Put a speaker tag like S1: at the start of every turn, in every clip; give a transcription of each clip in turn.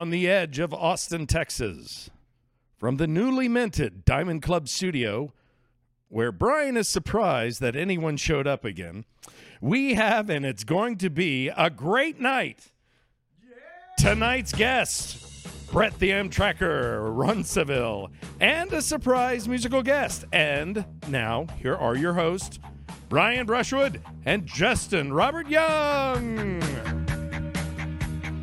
S1: on the edge of Austin, Texas, from the newly minted Diamond Club studio, where Brian is surprised that anyone showed up again, we have, and it's going to be a great night. Tonight's guest, Brett the M Tracker, Runceville, and a surprise musical guest. And now, here are your hosts, Brian Brushwood and Justin Robert Young.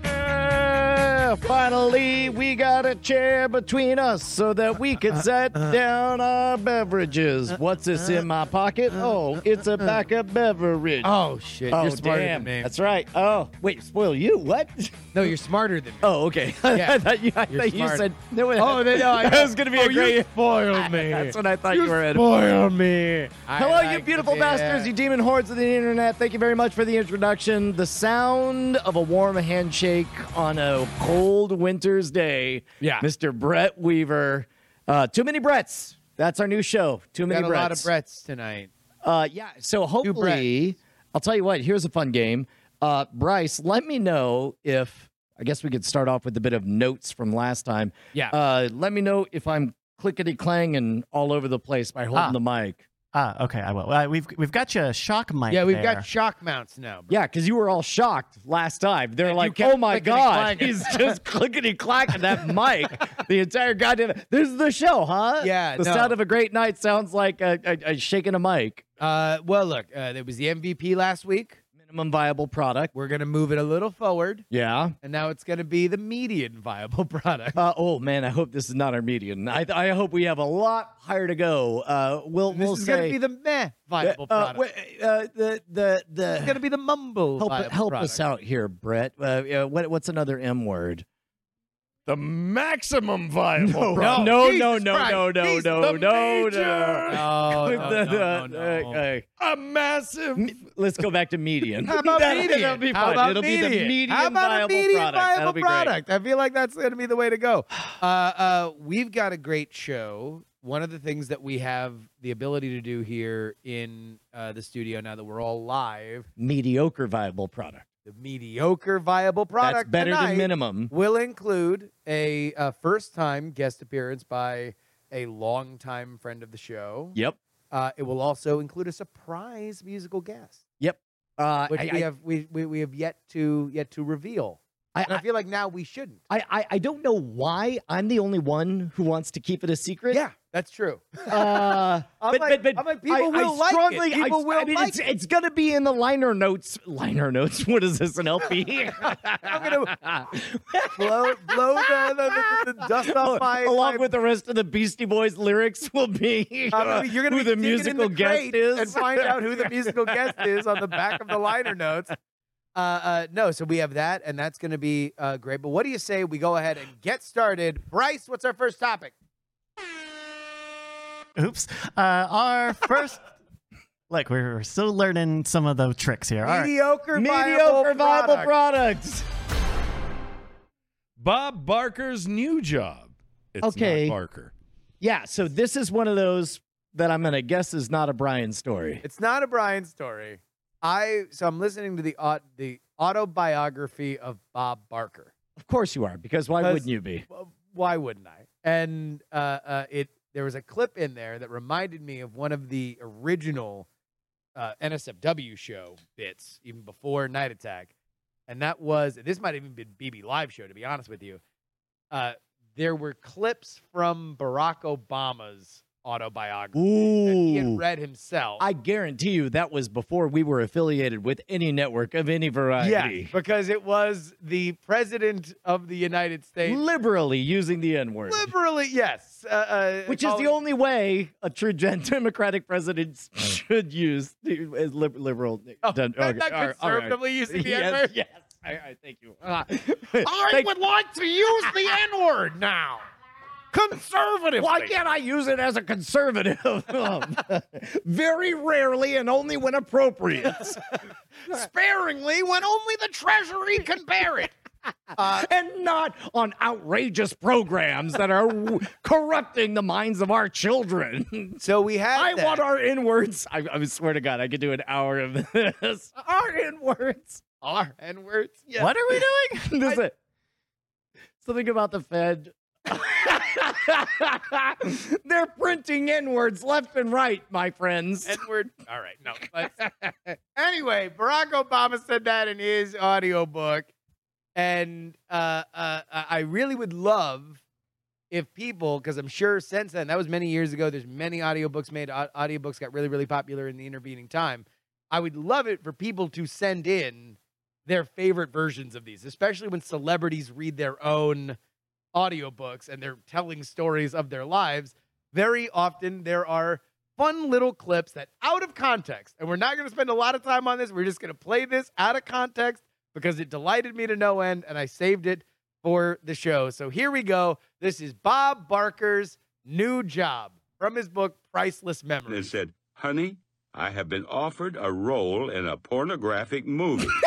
S2: Yeah, finally, we got a chair between us so that we
S3: Uh,
S2: could set down our beverages. What's this
S3: uh,
S2: in my pocket? Oh, it's a backup beverage.
S3: Oh shit!
S2: Oh,
S3: you're smarter
S2: damn.
S3: than me.
S2: That's right. Oh, wait, spoil you? What?
S3: no, you're smarter than me.
S2: Oh, okay. I
S3: Yeah.
S2: thought you, I
S3: You're
S2: thought you
S3: smart.
S2: said no. It,
S3: Oh, no, no, I-
S2: that was gonna be a
S3: Oh,
S2: great.
S3: You spoiled me.
S2: That's what I thought you, were at.
S3: Spoil me. I
S2: Hello, you
S3: like
S2: beautiful
S3: the-
S2: bastards, you demon hordes of the internet. Thank you very much for the introduction. The sound of a warm handshake on a cold winter's day.
S3: Yeah.
S2: Mr. Brett Weaver. Uh, Too many Bretts. That's our new show. Too
S3: Got
S2: many
S3: a
S2: Bretts.
S3: lot of Brett's tonight.
S2: Uh, yeah. So hopefully, I'll tell you what. Here's a fun game. Uh, Bryce, let me know if I guess we could start off with a bit of notes from last time.
S3: Yeah.
S2: Uh, let me know if I'm clickety clang and all over the place by holding
S4: Ah.
S2: the mic.
S4: Ah, okay, I will. Uh, we've we've got you a shock mic.
S3: yeah, we've
S4: there.
S3: got shock mounts now.
S2: Yeah, because you were all shocked last time. They're
S3: And you
S2: like,
S3: kept
S2: "Oh my god,
S3: clickety-clanging."
S2: he's just clickety clacking that mic the entire goddamn." This is the show, huh?
S3: Yeah,
S2: The
S3: no.
S2: sound of a great night sounds like a, a, a shaking a mic.
S3: Uh, well, look, uh, there was the MVP last week.
S2: Minimum viable product.
S3: We're gonna move it a little forward,
S2: Yeah.
S3: and now it's gonna be the median viable product.
S2: Uh, oh man, I hope this is not our median. I, I hope we have a lot higher to go. Uh, we'll
S3: this
S2: we'll
S3: is
S2: say
S3: gonna be the meh viable
S2: uh,
S3: product.
S2: wait, uh, the the
S3: it's
S2: the
S3: gonna be the mumble.
S2: help
S3: viable
S2: help
S3: product.
S2: us out here, Brett. Uh, uh, what what's another M word?
S1: The maximum viable.
S2: No,
S1: product.
S2: no,
S3: Jesus
S2: no, no,
S3: Christ.
S2: no, no,
S3: He's
S2: no,
S1: the
S2: no,
S1: major.
S2: no.
S3: Oh,
S2: With
S3: no,
S2: the-
S3: no, no,
S2: the-
S3: no.
S2: uh, uh,
S1: a massive.
S2: m- Let's go back to median.
S3: How about
S2: That'll-
S3: median?
S2: That'll be
S3: How
S2: fine.
S3: about
S2: It'll be the median
S3: How about
S2: viable
S3: a median
S2: product.
S3: viable
S2: That'll be great.
S3: product? I feel like that's going to be the way to go. Uh, uh, we've got a great show. One of the things that we have the ability to do here in uh, the studio now that we're all live,
S2: Mediocre viable product.
S3: the mediocre viable product
S2: That's better
S3: tonight
S2: than minimum.
S3: will include a, uh first-time guest appearance by a longtime friend of the show.
S2: Yep.
S3: Uh, it will also include a surprise musical guest,
S2: Uh,
S3: which
S2: I,
S3: we
S2: I-
S3: have we, we, we have yet to yet to reveal.
S2: I-
S3: And I feel like now we shouldn't.
S2: I, I, I don't know why I'm the only one who wants to keep it a secret.
S3: Yeah, that's true.
S2: Uh,
S3: I'm
S2: but,
S3: like-
S2: but, but
S3: I'm like, people will like it.
S2: strongly, I-
S3: People will
S2: I mean,
S3: like
S2: it's, it's gonna be in the liner notes. Liner notes. What is this? An LP?
S3: I'm gonna blow blow the, the, the, the dust off my
S2: Along
S3: my-
S2: with the rest of the Beastie Boys lyrics, will
S3: I'm
S2: be.
S3: gonna be- you're gonna
S2: who
S3: be
S2: the
S3: digging in
S2: musical
S3: the
S2: guest
S3: crate
S2: is.
S3: and find out who the musical guest is on the back of the liner notes. Uh, uh, no, so we have that, and that's going to be uh, great. But what do you say we go ahead and get started? Bryce, what's our first topic?
S4: Oops. Uh, our first. Look, we're we're still learning some of the tricks here. All right.
S3: Mediocre,
S2: Mediocre viable
S3: product.
S2: products.
S1: Bob Barker's new job. It's
S2: Okay.
S1: not Barker.
S2: Yeah. So this is one of those that I'm gonna guess is not a Brian story.
S3: It's not a Brian story. I so I'm listening to the au- the autobiography of Bob Barker.
S2: Of course you are, because why
S3: Because-
S2: wouldn't you be?
S3: Well, Why wouldn't I? And uh, uh, it there was a clip in there that reminded me of one of the original uh, NSFW show bits, even before Night Attack, and that was this might have even been BB Live show to be honest with you. Uh, there were clips from Barack Obama's autobiography that he
S2: Ooh.
S3: had read himself.
S2: I guarantee you that was before we were affiliated with any network of any variety.
S3: Yes, because it was the president of the United States.
S2: Liberally using the N word,
S3: Liberally, yes. Uh, uh,
S2: which is the
S3: calling-
S2: only way a true gen- Democratic president should use the, as lib- liberal.
S3: Oh,
S2: done-
S3: not-
S2: okay,
S3: not
S2: all right, all right.
S3: conservatively using the
S2: Yes,
S3: N-word?
S2: yes. All right, thank you. Ah. Thank-
S3: would like to use the N-word now. Conservative.
S2: Why can't I use it as a conservative? Um, Very rarely and only when appropriate.
S3: Sparingly when only the Treasury can bear it. Uh,
S2: and not on outrageous programs that are w- corrupting the minds of our children.
S3: so we had
S2: I
S3: that.
S2: want our inwards. I, I swear to God, I could do an hour of this. Our inwards.
S3: R N-words. Yes.
S4: What are we doing?
S2: This is it. Something about the Fed. They're printing N words left and right, my friends.
S3: Edward. All right, no. let's- anyway, Barack Obama said that in his audiobook, and uh, uh, I really would love if people, because I'm sure since then, that was many years ago. There's many audiobooks made. Au- Audiobooks got really, really popular in the intervening time. I would love it for people to send in their favorite versions of these, especially when celebrities read their own audiobooks and they're telling stories of their lives. Very often there are fun little clips that out of context, and we're not going to spend a lot of time on this. We're just going to play this out of context because it delighted me to no end, and I saved it for the show. So here we go. This is Bob Barker's new job from his book Priceless
S5: and
S3: Memories.
S5: said, Honey, I have been offered a role in a pornographic movie.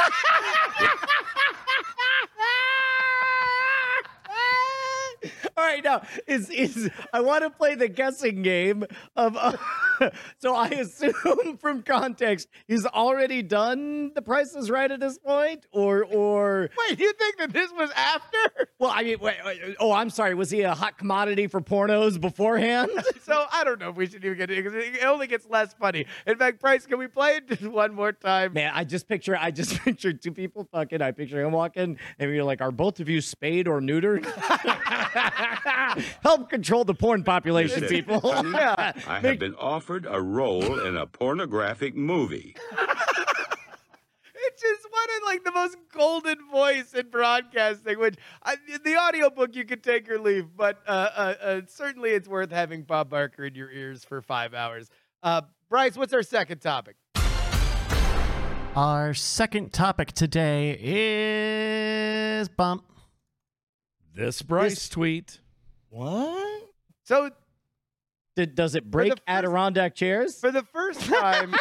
S2: All right, now is is I want to play the guessing game of. uh, so I assume from context he's already done The Price is Right at this point, or or
S3: Wait, you think that this was after?
S2: well, I mean, wait, wait, oh, I'm sorry, was he a hot commodity for pornos beforehand?
S3: So I don't know if we should even get it because it only gets less funny. In fact, Price, can we play it just one more time?
S2: Man, I just picture I just picture two people fucking. I picture him walking, and you're like, are both of you spayed or neutered? Help control the porn population,
S5: Listen,
S2: people.
S5: honey,
S2: yeah.
S5: I have been offered a role in a pornographic movie.
S3: It's just one of like the most golden voice in broadcasting, which I, the audiobook you could take or leave, but uh, uh, uh, certainly it's worth having Bob Barker in your ears for five hours. Uh, Bryce, what's our second topic?
S4: Our second topic today is bump.
S1: This Bryce tweet.
S2: What?
S3: So
S2: Did, does it break
S3: first-
S2: Adirondack chairs?
S3: for the first time,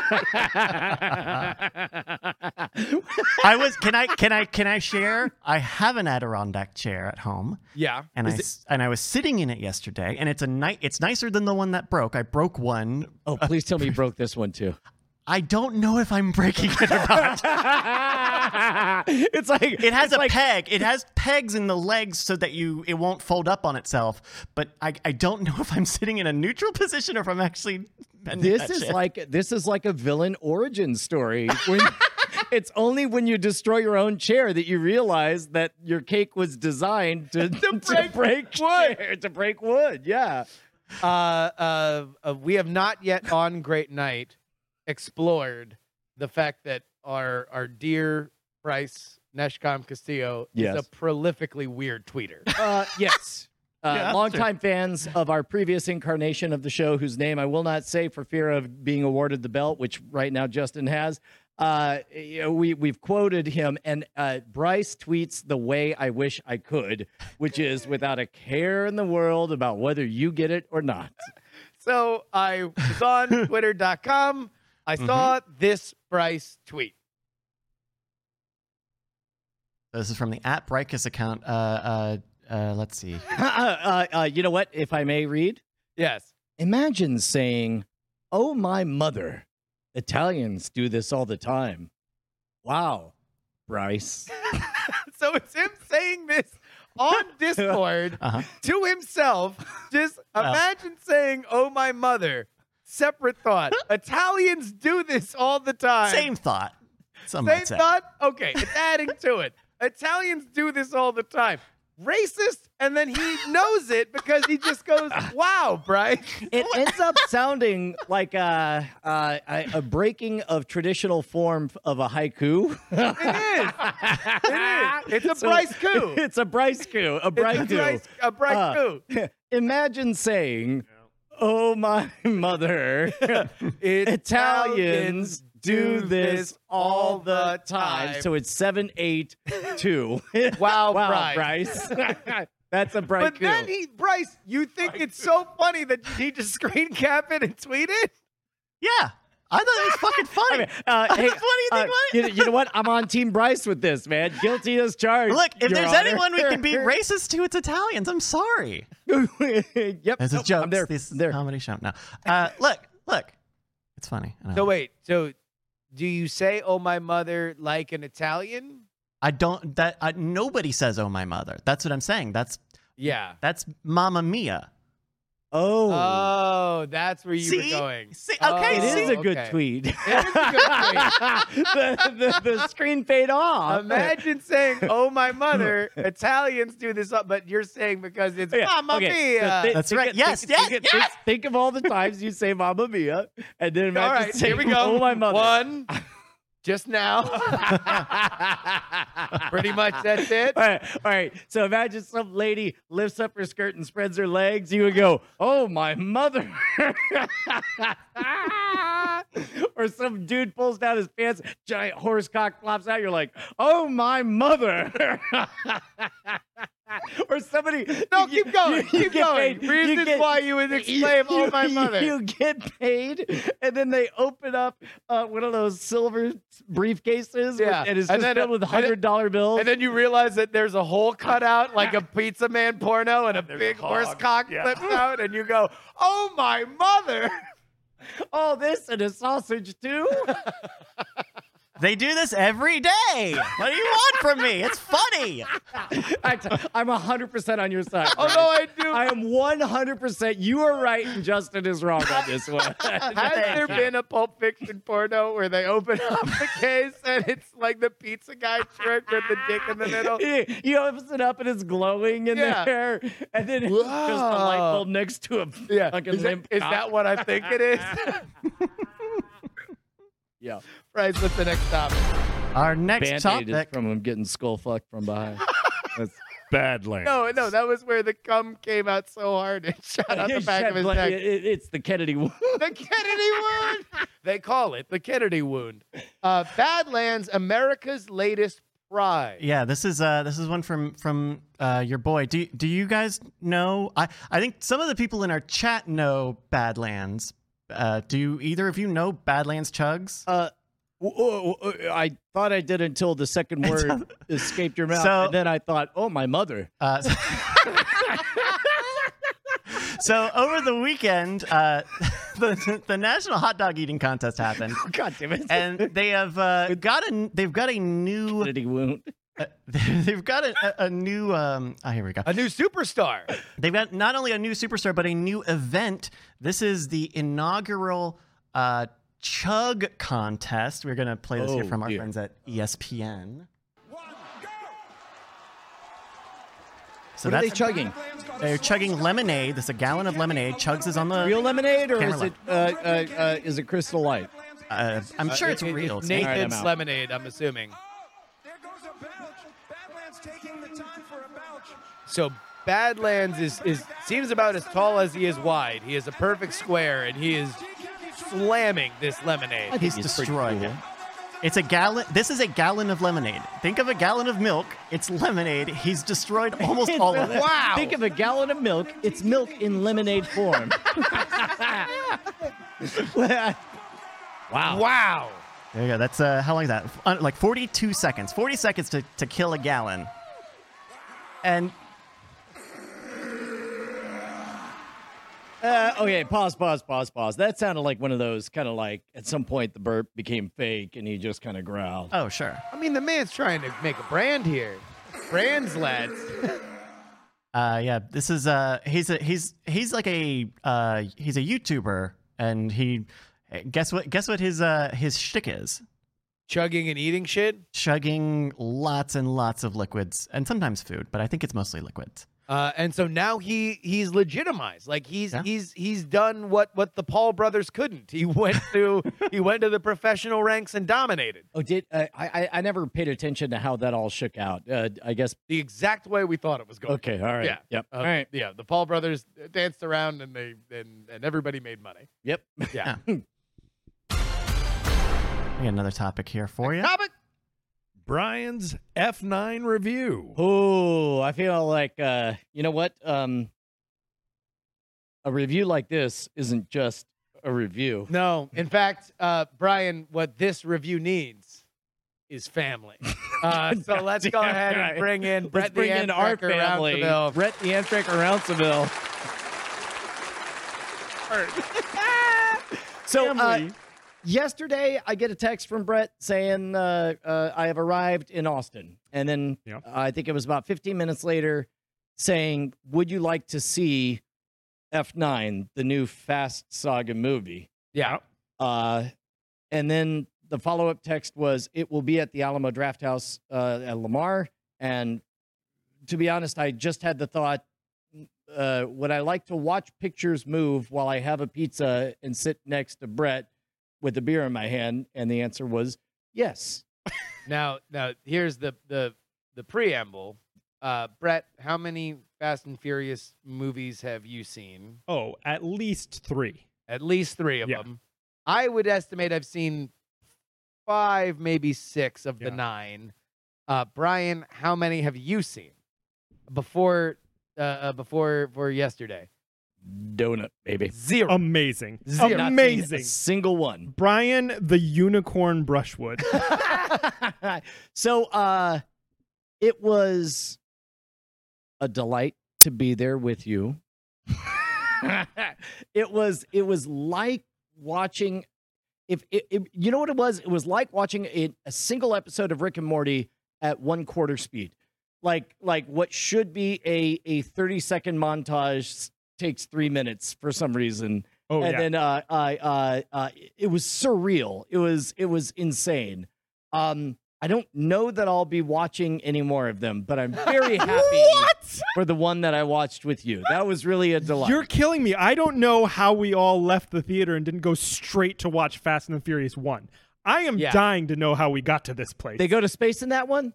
S4: I was can I can I can I share? I have an Adirondack chair at home,
S3: yeah,
S4: and I s and I was sitting in it yesterday, and it's a night. It's nicer than the one that broke. I broke one.
S2: oh, please tell me you broke this one too.
S4: I don't know if I'm breaking it or not.
S2: it's like
S4: It has
S2: it's
S4: a
S2: like,
S4: peg. It has pegs in the legs so that you it won't fold up on itself. But I, I don't know if I'm sitting in a neutral position or if I'm actually bending
S2: This
S4: that
S2: is
S4: shit.
S2: like this is like a villain origin story. When- it's only when you destroy your own chair that you realize that your cake was designed to, to
S3: break
S2: wood. to break wood, yeah.
S3: uh, uh, uh, we have not yet on Great Night explored the fact that our our dear Bryce Neshcom Castillo is
S2: Yes.
S3: a prolifically weird tweeter.
S2: Uh, yes. Uh,
S4: Yeah,
S2: longtime fans of our previous incarnation of the show, whose name I will not say for fear of being awarded the belt, which right now Justin has. Uh, you know, we we've quoted him, and uh, Bryce tweets the way I wish I could, which is without a care in the world about whether you get it or not.
S3: So I was on twitter.com. I saw this Bryce tweet.
S4: This is from the at Brikus account. Uh, uh, uh, let's see.
S2: uh, uh, uh, you know what? If I may read,
S3: Yes.
S2: imagine saying, "Oh my mother," Italians do this all the time. Wow, Bryce.
S3: So it's him saying this on Discord
S4: Uh-huh.
S3: to himself. Just
S4: Wow.
S3: imagine saying, Oh, my mother. Separate thought. Italians do this all the time.
S4: Same thought. Some
S3: Same
S4: might say.
S3: thought? Okay, it's adding to it. Italians do this all the time. Racist, and then he knows it because he just goes, Wow, Bryce.
S2: it ends up sounding like a, a, a breaking of traditional form of a haiku.
S3: It is. It is. It's a
S2: So-
S3: Bryce coup.
S2: It's a Bryce coup. A Bryce
S3: It's a
S2: coup.
S3: Bryce, a Bryce
S2: Uh,
S3: coup.
S2: Imagine saying, "Oh my mother, Italians do this all the time." So it's seven eight two.
S3: wow,
S2: Wow,
S3: Bryce.
S2: Bryce. That's a Bryce
S3: But
S2: coup.
S3: then he, Bryce, you think it's so funny that you need to screen cap it and tweet it?
S4: Yeah. I thought it was fucking funny.
S2: I mean, uh, hey,
S4: What do you
S2: uh,
S4: think, what?
S2: you, you know what? I'm on Team Bryce with this, man. Guilty as charged.
S4: Look, if
S2: Your
S4: there's
S2: Honor.
S4: anyone we can be racist to, it's Italians. I'm sorry.
S2: yep.
S4: That's a
S2: Nope,
S4: joke.
S2: I'm there.
S4: This is
S2: there.
S4: a comedy show. No. Uh, look, look. It's funny. I know.
S3: So wait, so do you say "Oh my mother" like an Italian?
S4: I don't that I, nobody says oh my mother. That's what I'm saying. That's
S3: Yeah.
S4: that's Mamma Mia.
S2: Oh,
S3: Oh, that's where you
S4: See?
S3: were going.
S4: Uh, See? Okay,
S2: it
S4: Oh,
S2: is a good
S3: okay.
S2: tweet.
S3: It is a good
S2: the, the, the screen fade off.
S3: Imagine saying, "Oh my mother." Italians do this, up, but you're saying because it's
S2: Yeah,
S3: Mamma
S2: okay, so
S3: Mia.
S2: thi-
S4: That's
S2: think
S4: right.
S2: of-
S4: Yes,
S2: think,
S4: yes,
S2: think, of-
S4: yes!
S2: Think, think of all the times you say Mamma Mia, and then imagine
S3: All right,
S2: saying,
S3: here we go.
S2: Oh my mother.
S3: One, just now. Pretty much that's it.
S2: All right, all right. So imagine some lady lifts up her skirt and spreads her legs. You would go, "Oh my mother!" or some dude pulls down his pants, giant horse cock flops out. You're like, "Oh my mother!" or somebody.
S3: No,
S2: you-
S3: keep going.
S2: you- you
S3: keep
S2: get
S3: going.
S2: paid- you
S3: Reasons
S2: get-
S3: why you would exclaim,
S2: you-
S3: "Oh my mother."
S2: You get paid, and then they open up uh, one of those silver briefcases, with-
S3: Yeah,
S2: and it's just
S3: and then-
S2: filled with
S3: and then-
S2: hundred dollar bills.
S3: and then you realize that there's a hole cut out like a pizza man porno and a big horse cock flips out and you go, Oh my mother.
S2: all this and a sausage too.
S4: They do this every day. What do you want from me? It's funny.
S2: Act- I'm 100% on your side. Brian.
S3: Although Oh, I do
S2: I am 100%. You are right and Justin is wrong on this one.
S3: has there been a Pulp Fiction porno where they open up the case and it's like the pizza guy trick with the dick in the middle?
S2: He- He opens it up and it's glowing in
S3: Yeah.
S2: there, and then it's just a light
S3: Wow.
S2: bulb next to a
S3: Yeah.
S2: fucking
S3: Is that,
S2: limp.
S3: is
S2: cock.
S3: that what I think it is?
S2: Yeah,
S3: right, what's the next topic?
S4: Our next
S2: band aid
S4: topic.
S2: from him getting skull fucked from behind. That's
S1: Badlands.
S3: No, no, that was where the cum came out so hard it shot out the back of his
S2: But
S3: neck.
S2: it- it- it's the Kennedy one.
S3: the Kennedy wound. They call it the Kennedy wound. Uh, Badlands, America's latest prize.
S4: Yeah, this is uh this is one from from uh your boy. Do do you guys know? I I think some of the people in our chat know Badlands. Uh, do either of you know Badlands Chugs?
S2: Uh, w- w- w- I thought I did until the second word escaped your mouth,
S4: So-
S2: and then I thought, "Oh, my mother."
S4: Uh, so, so over the weekend, uh, the the National Hot Dog Eating Contest happened,
S2: God damn it!
S4: and they have uh, got a they've got a new
S2: Kennedy wound.
S4: uh, they've got a, a, a new um oh, here we go
S3: A new superstar.
S4: they've got not only a new superstar but a new event. This is the inaugural uh, Chug contest. We're gonna play this here
S2: Oh,
S4: from our
S2: dear.
S4: friends at E ESPN. So
S2: What are they
S4: that's
S2: chugging?
S4: They're chugging lemonade. That's a gallon of lemonade. Chugs is on the.
S2: Real lemonade, or
S4: Camera
S2: is
S4: light.
S2: it uh, uh, uh, is it Crystal Light?
S4: Uh, I'm sure it's
S3: It- it-
S4: real.
S3: it's
S4: It's
S2: All right, I'm
S3: Nathan's
S2: out.
S3: lemonade, I'm assuming.
S6: Oh, There goes a belch. Badlands taking the time for a belch.
S3: So Badlands is, is seems about as tall as he is wide. He is a perfect square, and he is slamming this lemonade.
S4: He's destroying it. It's a gallon. This is a gallon of lemonade. Think of a gallon of milk. It's lemonade. He's destroyed almost all of it.
S3: Wow.
S2: Think of a gallon of milk. It's milk in lemonade form. wow.
S3: Wow.
S4: There you go. That's uh, how long is that? F- uh, Like 42 seconds. 40 seconds to, to kill a gallon. And
S2: Uh, okay, pause, pause, pause, pause. That sounded like one of those kind of like at some point the burp became fake and he just kind of growled.
S4: oh, sure.
S3: I mean, the man's trying to make a brand here. Brands, lads.
S4: Uh, yeah. This is uh, he's a he's he's like a uh, he's a YouTuber, and he guess what guess what his uh his shtick is
S3: Chugging and eating shit.
S4: chugging lots and lots of liquids and sometimes food, but I think it's mostly liquids.
S3: Uh, and so now he he's legitimized. Like he's
S4: Yeah.
S3: he's he's done what what the Paul brothers couldn't. He went to he went to the professional ranks and dominated
S2: Oh, did uh, I, I? I never paid attention to how that all shook out. Uh, I guess.
S3: the exact way we thought it was going.
S2: Okay. All right.
S3: Yeah.
S2: Yep.
S3: Uh,
S2: all right.
S3: Yeah. The Paul brothers uh, danced around and they and and everybody made money.
S2: Yep.
S3: Yeah.
S4: I got another topic here for you.
S3: Topic.
S1: Brian's F9 review.
S2: Oh, I feel like uh, you know what? Um, a review like this isn't just a review.
S3: No. In fact, uh, Brian, what this review needs is family. Uh, so let's go
S2: Damn
S3: ahead
S2: right.
S3: and bring in
S2: Let's
S3: Brett the
S2: bring in our
S3: Amtrekker
S2: family,
S3: Rounceville.
S2: Brett the Amtrekker Rounceville. so, uh, yesterday I get a text from Brett saying uh, uh, I have arrived in Austin, and then
S1: Yeah.
S2: I think it was about 15 minutes later saying, "Would you like to see F9, the new Fast Saga movie?"
S3: Yeah.
S2: Uh, and then the follow up text was, "It will be at the Alamo Drafthouse uh, at Lamar." And to be honest, I just had the thought. Uh, would I like to watch pictures move while I have a pizza and sit next to Brett with a beer in my hand? And the answer was yes.
S3: Now, now here's the the the preamble. Uh, Brett, how many Fast and Furious movies have you seen?
S7: Oh, at least three.
S3: At least three of
S7: Yeah.
S3: them. I would estimate I've seen five, maybe six of the
S7: Yeah.
S3: nine. Uh, Brian, how many have you seen before uh, uh, before for yesterday?
S2: Donut, baby.
S3: Zero.
S7: Amazing.
S3: Zero.
S2: Not seen
S7: Amazing.
S2: a single one.
S7: Brian the Unicorn Brushwood.
S2: so uh it was a delight to be there with you it was it was like watching if it, it- you know what it was it was like watching a, a single episode of rick and morty at one quarter speed like like what should be a a 30 second montage s- takes three minutes for some reason
S7: Oh,
S2: and
S7: yeah.
S2: then uh, I, uh, uh, it was surreal. It was it was insane. Um, I don't know that I'll be watching any more of them, but I'm very happy for the one that I watched with you. That was really a delight.
S7: You're killing me. I don't know how we all left the theater and didn't go straight to watch Fast and the Furious 1. I am
S3: Yeah.
S7: dying to know how we got to this place.
S2: they go to space in that one.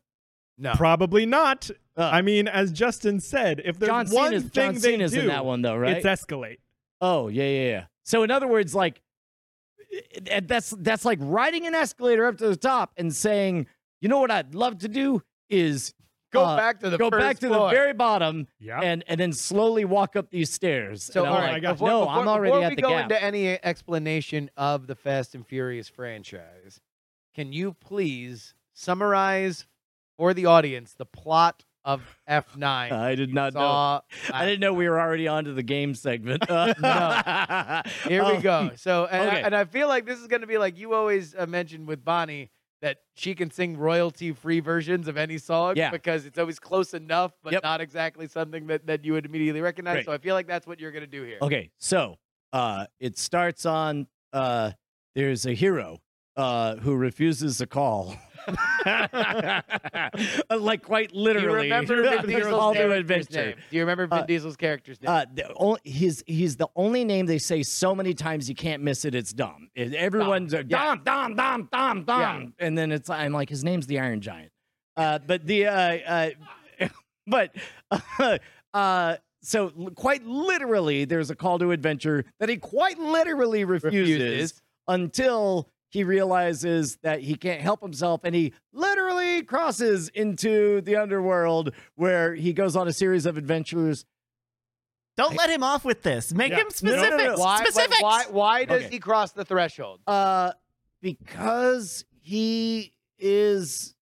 S3: No.
S7: Probably not.
S2: Uh,
S7: I mean, as Justin said, if there's
S2: John
S7: one
S2: Cena's,
S7: thing
S2: John
S7: they
S2: Cena's
S7: do,
S2: in that one though, right?
S7: it's escalate.
S2: oh yeah, yeah, yeah. So in other words, like it- it- that's that's like riding an escalator up to the top and saying, you know what I'd love to do is
S3: Go
S2: uh,
S3: back to the
S2: go
S3: first
S2: back to
S3: floor.
S2: the very bottom
S7: Yeah.
S2: and and then slowly walk up these stairs.
S3: So,
S2: And I'm
S3: all right,
S2: like,
S7: I got
S3: before,
S2: no,
S3: before-
S2: I'm already
S3: before
S2: at
S3: we
S2: the
S3: go
S2: gap.
S3: into any explanation of the Fast and Furious franchise, can you please summarize for the audience the plot of F9?
S2: I did not know.
S3: Saw-
S2: I didn't know we were already on to the game segment. Uh, no. Um,
S3: Here we go. So, and, I,
S2: okay.
S3: and I feel like this is going to be like you always uh, mentioned with Bonnie that she can sing royalty-free versions of any song
S2: Yeah.
S3: because it's always close enough, but
S2: Yep.
S3: not exactly something that, that you would immediately recognize.
S2: Great.
S3: So I feel like that's what you're going to do here.
S2: Okay, so uh, it starts on uh, there's a hero uh, who refuses a call. like quite
S3: Do you
S2: literally.
S3: remember Vin
S2: There's
S3: Diesel's
S2: all new
S3: character's
S2: adventure.
S3: name? Do you remember Vin
S2: Uh,
S3: Diesel's character's name?
S2: Uh, the only, he's he's the only name they say so many times you can't miss it. It's Dom. It- Everyone's Dom.
S3: Yeah.
S2: Dom, Dom, Dom, Dom, Dom, and then it's I'm like his name's the Iron Giant. Uh, but the uh, uh, but uh, uh, so l- quite literally, there's a call to adventure that he quite literally refuses until he realizes that he can't help himself and he literally crosses into the underworld where he goes on a series of adventures
S4: Don't let him off with this. Make
S7: Yeah.
S4: him
S7: No, no, no,
S3: Why,
S4: specific.
S3: why-
S4: Specifics.
S3: Why, why does
S2: Okay.
S3: he cross the threshold?
S2: Uh, because he is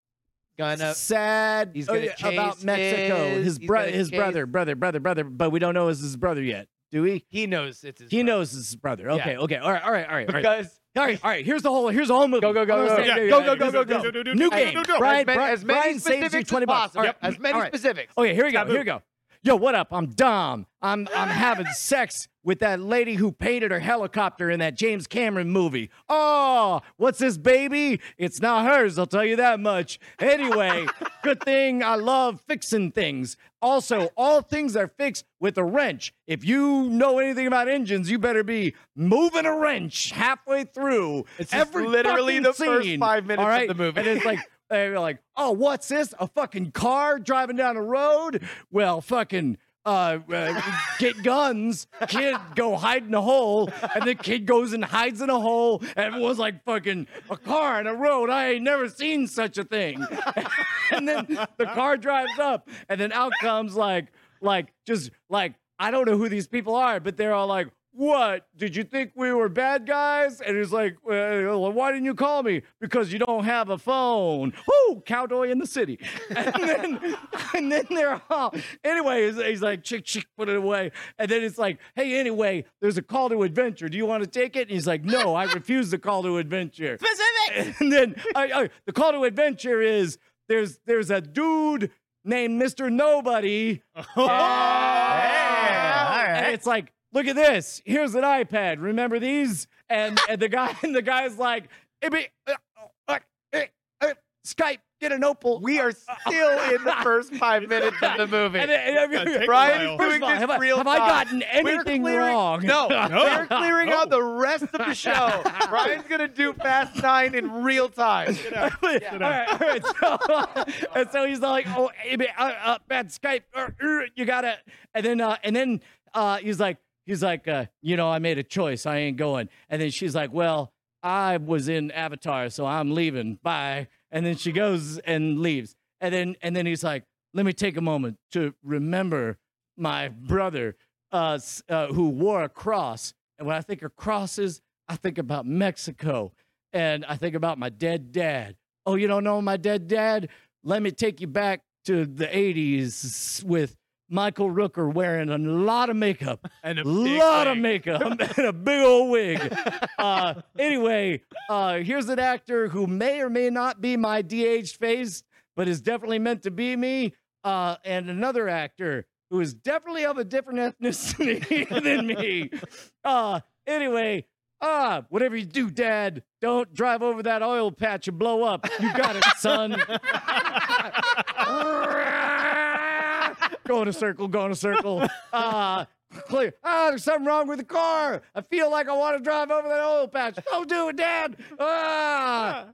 S3: Gonna
S2: sad uh,
S3: He's gonna
S2: about
S3: chase
S2: Mexico.
S3: his-
S2: His
S3: he's
S2: bro-
S3: gonna
S2: his
S3: chase-
S2: brother, brother, brother, brother. But we don't know it's his brother yet, do we?
S3: he knows it's his
S2: He
S3: brother.
S2: knows it's his brother. Okay, okay, all right, all right, all right, all right,
S3: because
S2: all right, all right. Here's the whole here's the whole movie.
S3: Go, go, go,
S2: I'm
S3: go,
S2: gonna
S3: yeah.
S2: say-
S3: Go, go, go, go, go.
S2: New game. Brian,
S3: as many,
S2: Brian,
S3: as many
S2: Brian saves
S3: specifics
S2: you
S3: as
S2: twenty bucks.
S3: possible.
S2: All right,
S3: As many
S2: all right.
S3: specifics.
S2: Okay, here we go. Here we go. Yo, what up? I'm Dom. I'm I'm having sex with that lady who painted her helicopter in that James Cameron movie. Oh, what's this baby? It's not hers, I'll tell you that much. Anyway, good thing I love fixing things. Also, all things are fixed with a wrench. If you know anything about engines, you better be moving a wrench halfway through.
S3: It's just literally
S2: fucking
S3: the first
S2: scene,
S3: five minutes
S2: all
S3: of
S2: right?
S3: the movie.
S2: And it's like they were like, "Oh, what's this? A fucking car driving down the road? Well, fucking uh, uh get guns. Kid go hide in a hole, and the kid goes and hides in a hole. And everyone's like, "Fucking a car in a road? I ain't never seen such a thing." and then the car drives up, and then out comes like, like just like I don't know who these people are, but they're all like, What? Did you think we were bad guys? And he's like, well, Why didn't you call me? Because you don't have a phone. Woo! Cowboy in the city. And then, and then they're all, anyway, he's, he's like, Chick, chick, put it away. And then it's like, Hey, anyway, there's a call to adventure. Do you want to take it? And he's like, No, I refuse the call to adventure. And then I, I, the call to adventure is there's there's a dude named Mr. Nobody.
S3: Oh.
S2: And it's like, look at this. Here's an iPad. Remember these? And and the guy and the guy's like, it be, uh, uh, uh, uh, Skype, get an opal.
S3: We are still in the first five minutes of the movie.
S2: uh, And, and, and-
S7: take a
S3: Brian
S7: while.
S3: is
S2: First
S3: doing
S2: of all,
S3: this
S2: have, I,
S3: real
S2: have I
S3: time.
S2: gotten
S3: We're
S2: anything
S3: clearing-
S2: wrong?
S3: No, we're clearing out the rest of the show. Brian's gonna do Fast Nine in real time.
S2: all right, all right. So, and so he's like, "Oh, hey, man, uh, uh, bad Skype. uh, uh, you gotta." And then, uh, and then uh, he's like, he's like, uh, you know, I made a choice. I ain't going. And then she's like, well, I was in Avatar, so I'm leaving. Bye. And then she goes and leaves. And then, and then he's like, let me take a moment to remember my brother, uh, s- uh, who wore a cross. And when I think of crosses, I think about Mexico and I think about my dead dad. Oh, you don't know my dead dad? Let me take you back to the 80s with Michael Rooker wearing a lot of makeup. And a lot of makeup and a big old wig. uh, anyway, uh, here's an actor who may or may not be my de aged face, but is definitely meant to be me. Uh, and another actor who is definitely of a different ethnicity than me. Uh, anyway, Ah, whatever you do, Dad, don't drive over that oil patch and blow up. You got it, son. go in a circle, go in a circle. Ah, clear. Ah, there's something wrong with the car. I feel like I want to drive over that oil patch. Don't do it, Dad. Ah.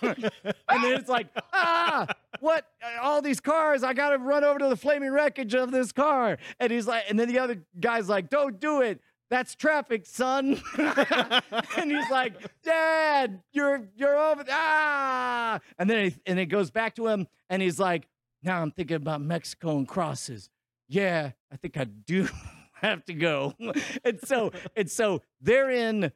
S2: and then it's like, ah, what? All these cars, I got to run over to the flaming wreckage of this car. And he's like, and then the other guy's like, don't do it. That's traffic, son. and he's like, Dad, you're you're over ah. And then it, and it goes back to him, and he's like, Now I'm thinking about Mexico and crosses. Yeah, I think I do have to go. and so and so they're in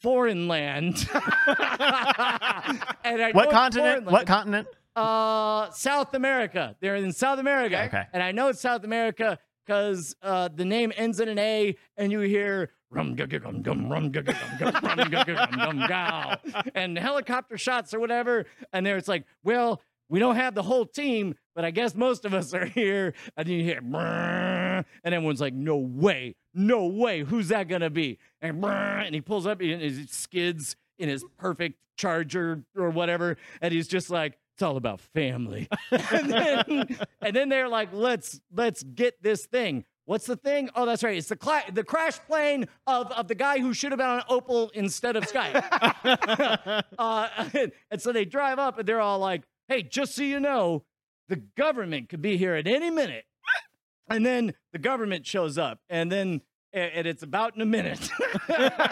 S2: foreign land. and I know
S4: What
S2: it's
S4: continent?
S2: foreign
S4: What
S2: land.
S4: continent?
S2: Uh, South America. They're in South America.
S4: Okay.
S2: And I know it's South America because uh, the name ends in an A, and you hear rum gum gum gum rum gum gum gum rum gum gum gum gow, and helicopter shots or whatever. And there it's like, well, we don't have the whole team, but I guess most of us are here. And you hear, brrrr, and everyone's like, no way, no way, who's that gonna be? And, brrrr, and he pulls up and he skids in his perfect charger or whatever, and he's just like, it's all about family. and, then, and then they're like, let's let's get this thing. What's the thing? Oh, that's right. It's the cla- the crash plane of, of the guy who should have been on Opal instead of Skype. uh, and so they drive up and they're all like, hey, just so you know, the government could be here at any minute. And then the government shows up, and then and and it's about in a minute.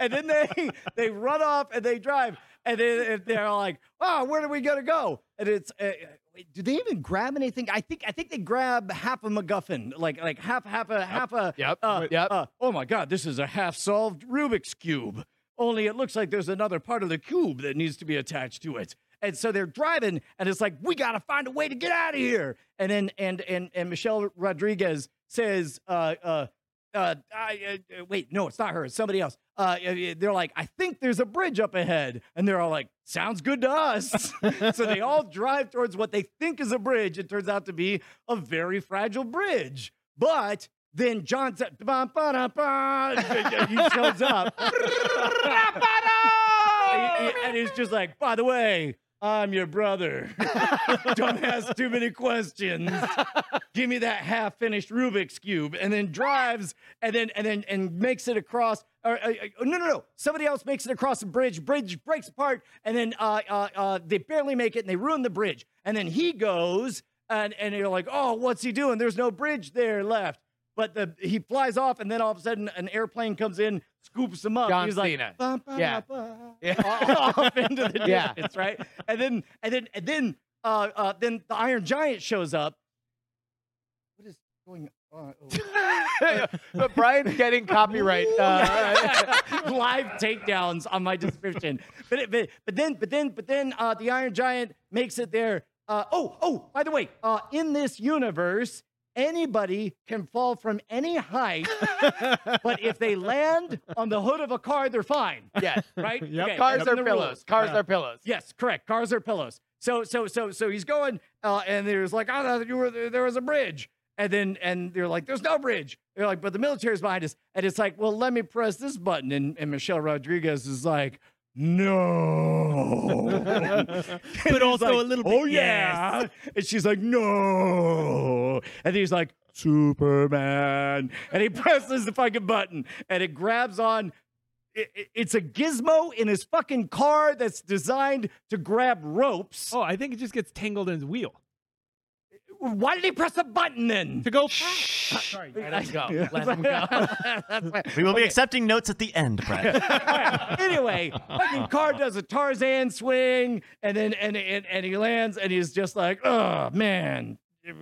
S2: and then they they run off and they drive, and then and they're like, "Oh, where are we gonna go?" And it's. Uh, wait, do they even grab anything? I think I think they grab half a MacGuffin, like like half half a half a
S3: Yep.
S2: uh,
S3: Yep.
S2: uh, oh my God, this is a half solved Rubik's cube. Only it looks like there's another part of the cube that needs to be attached to it. And so they're driving, and it's like we gotta find a way to get out of here. And then and and and Michelle Rodriguez says, uh, uh, uh, I, uh, uh, wait, no, it's not her. It's somebody else. Uh, uh, uh, they're like, I think there's a bridge up ahead. And they're all like, sounds good to us. so they all drive towards what they think is a bridge. It turns out to be a very fragile bridge. But then John sa- ba- ba- da- ba- he shows up. and, he- and he's just like, by the way, I'm your brother. Don't ask too many questions give me that half finished Rubik's cube, and then drives, and then and then and makes it across. Or, uh, uh, no, no, no. Somebody else makes it across the bridge. Bridge breaks apart, and then uh, uh, uh, they barely make it, and they ruin the bridge. And then he goes, and and you're like, oh, what's he doing? There's no bridge there left. But the he flies off, and then all of a sudden, an airplane comes in, scoops him up.
S3: John
S2: He's like,
S3: Cena.
S2: "Bum, bum,
S3: Yeah.
S2: bum."
S3: Yeah.
S2: off into the distance,
S3: Yeah.
S2: right? And then and then and then uh, uh, then the Iron Giant shows up. What is going?
S3: but Brian's getting copyright. Uh,
S2: live takedowns on my description. But it, but but then but then but then uh, the Iron Giant makes it there. Uh, oh oh! By the way, uh, in this universe, anybody can fall from any height, but if they land on the hood of a car, they're fine.
S3: yeah.
S2: Right?
S7: Yep.
S2: Okay,
S3: Cars
S2: that's
S3: are
S2: the rule.
S3: pillows. Cars are pillows.
S2: Yes, correct. Cars are pillows. So so so so he's going, uh, and there's like, oh, you were there, there was a bridge, and then and they're like, there's no bridge. They're like, but the military's behind us, and it's like, well, let me press this button, and, and Michelle Rodriguez is like, no,
S7: But also
S2: like,
S7: a little bit.
S2: oh yeah, and she's like, no, and he's like. Superman, and he presses the fucking button, and it grabs on it- it- it's a gizmo in his fucking car that's designed to grab ropes.
S7: Oh, I think it just gets tangled in his wheel
S2: Why did he press a button then?
S7: to go. fast. Sorry,
S3: Let him go.
S2: Yeah.
S3: Let him go.
S2: That's why-
S4: We will be accepting notes at the end, Brett.
S2: Alright, Anyway, fucking car does a Tarzan swing, and then and, and and he lands, and he's just like, oh man,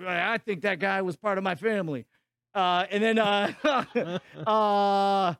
S2: I think that guy was part of my family. Uh, and then uh, uh,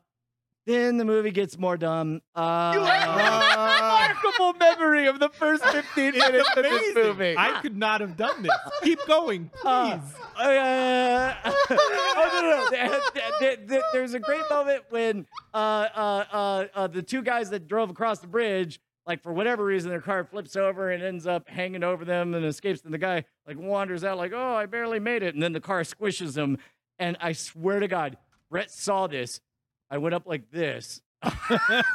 S2: then the movie gets more dumb. Uh,
S3: Remarkable memory of the first 15 minutes of this movie.
S2: Ah.
S7: I could not have done this. Keep going, please.
S2: Uh, uh, oh, no, no, no. There- there- there- there- There's a great moment when uh, uh, uh, uh, the two guys that drove across the bridge, like for whatever reason, their car flips over and ends up hanging over them and escapes. And the guy like wanders out, like, "Oh, I barely made it." And then the car squishes him. And I swear to God, Brett saw this. I went up like this,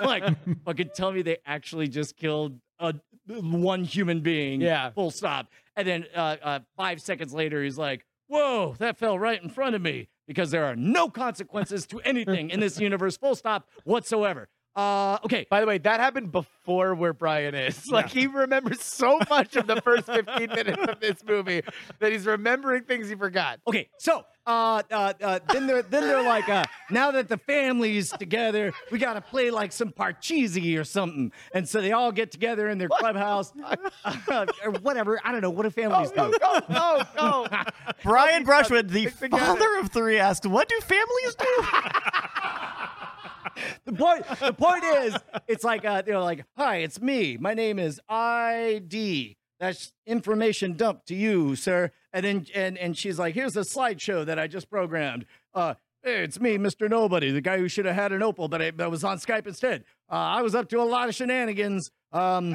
S2: like fucking tell me they actually just killed a, one human being.
S3: Yeah.
S2: Full stop. And then uh, uh, five seconds later, he's like, whoa, that fell right in front of me because there are no consequences to anything in this universe, full stop whatsoever. Uh, okay.
S3: By the way, that happened before where Brian is. Like he remembers so much of the first 15 minutes of this movie that he's remembering things he forgot.
S2: Okay, so uh, uh, uh, then they're then they're like, uh, now that the family's together, we gotta play like some parcheesi or something. And so they all get together in their clubhouse or whatever. I don't know what do families do.
S3: Go, go, go.
S4: Brian Brushwood, the
S3: Stick together.
S4: father of three, asked, "What do families do?"
S2: The point the point is, it's like uh, they're like, hi, it's me. My name is ID. That's information dump to you, sir. And then and and she's like, here's a slideshow that I just programmed. Uh, hey, it's me, Mr. Nobody, the guy who should have had an opal, but I, but was on Skype instead. Uh, I was up to a lot of shenanigans. Um,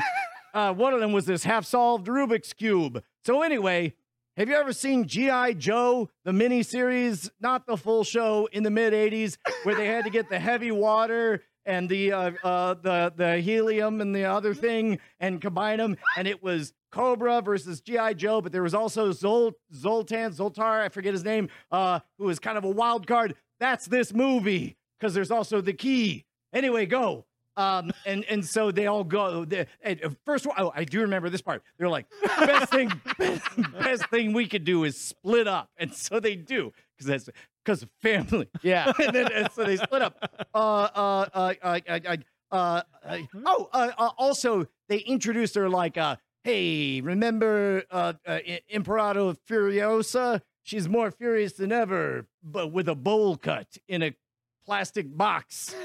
S2: uh, one of them was this half-solved Rubik's cube. So anyway, have you ever seen G.I. Joe, the miniseries, not the full show in the mid 80s, where they had to get the heavy water and the, uh, uh, the, the helium and the other thing and combine them? And it was Cobra versus G.I. Joe, but there was also Zol- Zoltan, Zoltar, I forget his name, uh, who was kind of a wild card. That's this movie, because there's also the key. Anyway, go. Um, and and so they all go. They, and uh, first, one- oh, I do remember this part. They're like, best thing, best, best thing we could do is split up, and so they do because that's because of family.
S3: Yeah.
S2: and then and so they split up. Uh, uh, uh, I, I, I, uh, I, oh, uh, uh, also they introduced her like, uh, hey, remember uh, uh, I- Imperato Furiosa? She's more furious than ever, but with a bowl cut in a plastic box.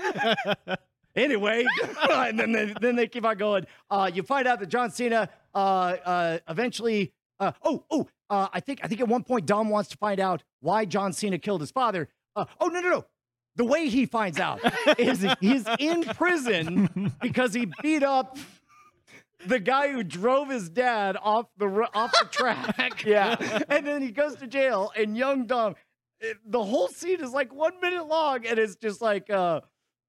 S2: Anyway, and then they, then they keep on going. Uh, you find out that John Cena uh, uh, eventually. Uh, oh, oh, uh, I think I think at one point Dom wants to find out why John Cena killed his father. Uh, oh no no no! The way he finds out is he's in prison because he beat up the guy who drove his dad off the ro- off the track.
S3: Yeah.
S2: and then he goes to jail. And young Dom, it- the whole scene is like one minute long, and it's just like, uh,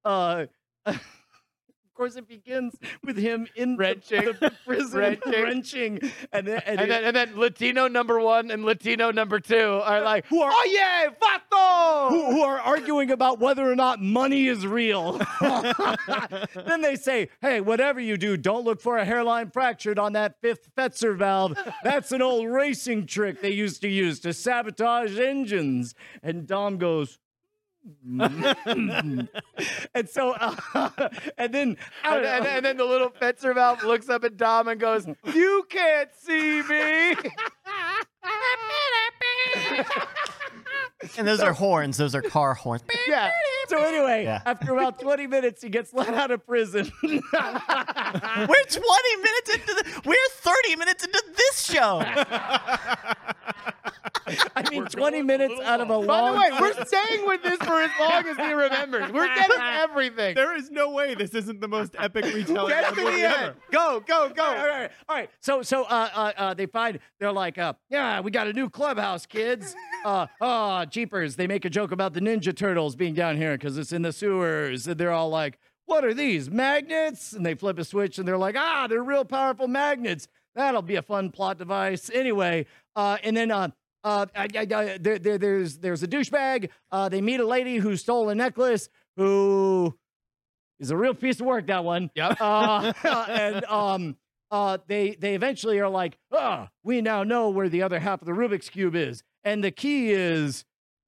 S2: uh. Of course, it begins with him in the-
S3: Wrenching.
S2: the, prison,
S3: Wrenching.
S2: wrenching, and then,
S3: And
S2: and it-
S3: then, and then Latino number one and Latino number two are like,
S2: Who are-
S3: oh yeah, vato!
S2: who, who are arguing about whether or not money is real. then they say, hey, whatever you do, don't look for a hairline fractured on that fifth Fetzer valve. That's an old racing trick they used to use to sabotage engines. And Dom goes, "Mm-hmm." and so, uh, and then, I
S3: and,
S2: don't
S3: and,
S2: know.
S3: and then the little fencer valve looks up at Dom and goes, "You can't see me."
S4: And those are horns. Those are car horns.
S2: Yeah. So anyway,
S4: Yeah.
S2: after about 20 minutes, he gets let out of prison.
S4: We're 20 minutes into the. We're 30 minutes into this show.
S2: I mean, 20 minutes out of a
S3: By
S2: long.
S3: the way, we're staying with this for as long as he remembers. We're getting everything.
S8: There is no way this isn't the most epic retelling
S3: Get
S8: of
S3: to
S8: the
S3: the
S8: movie
S3: end.
S8: ever.
S3: Go, go, go.
S2: all right, all right, all right. So, so uh, uh, uh, they find they're like, uh, yeah, we got a new clubhouse, kids. Uh, oh, jeepers! They make a joke about the Ninja Turtles being down here because it's in the sewers, and they're all like, "What are these magnets?" And they flip a switch, and they're like, "Ah, they're real powerful magnets. That'll be a fun plot device." Anyway, uh, and then. Uh, uh, I, I, I, there, there, there's there's a douchebag. Uh, they meet a lady who stole a necklace. Who is a real piece of work? That one.
S3: Yep.
S2: Uh, and um, uh, they they eventually are like, ah, we now know where the other half of the Rubik's cube is, and the key is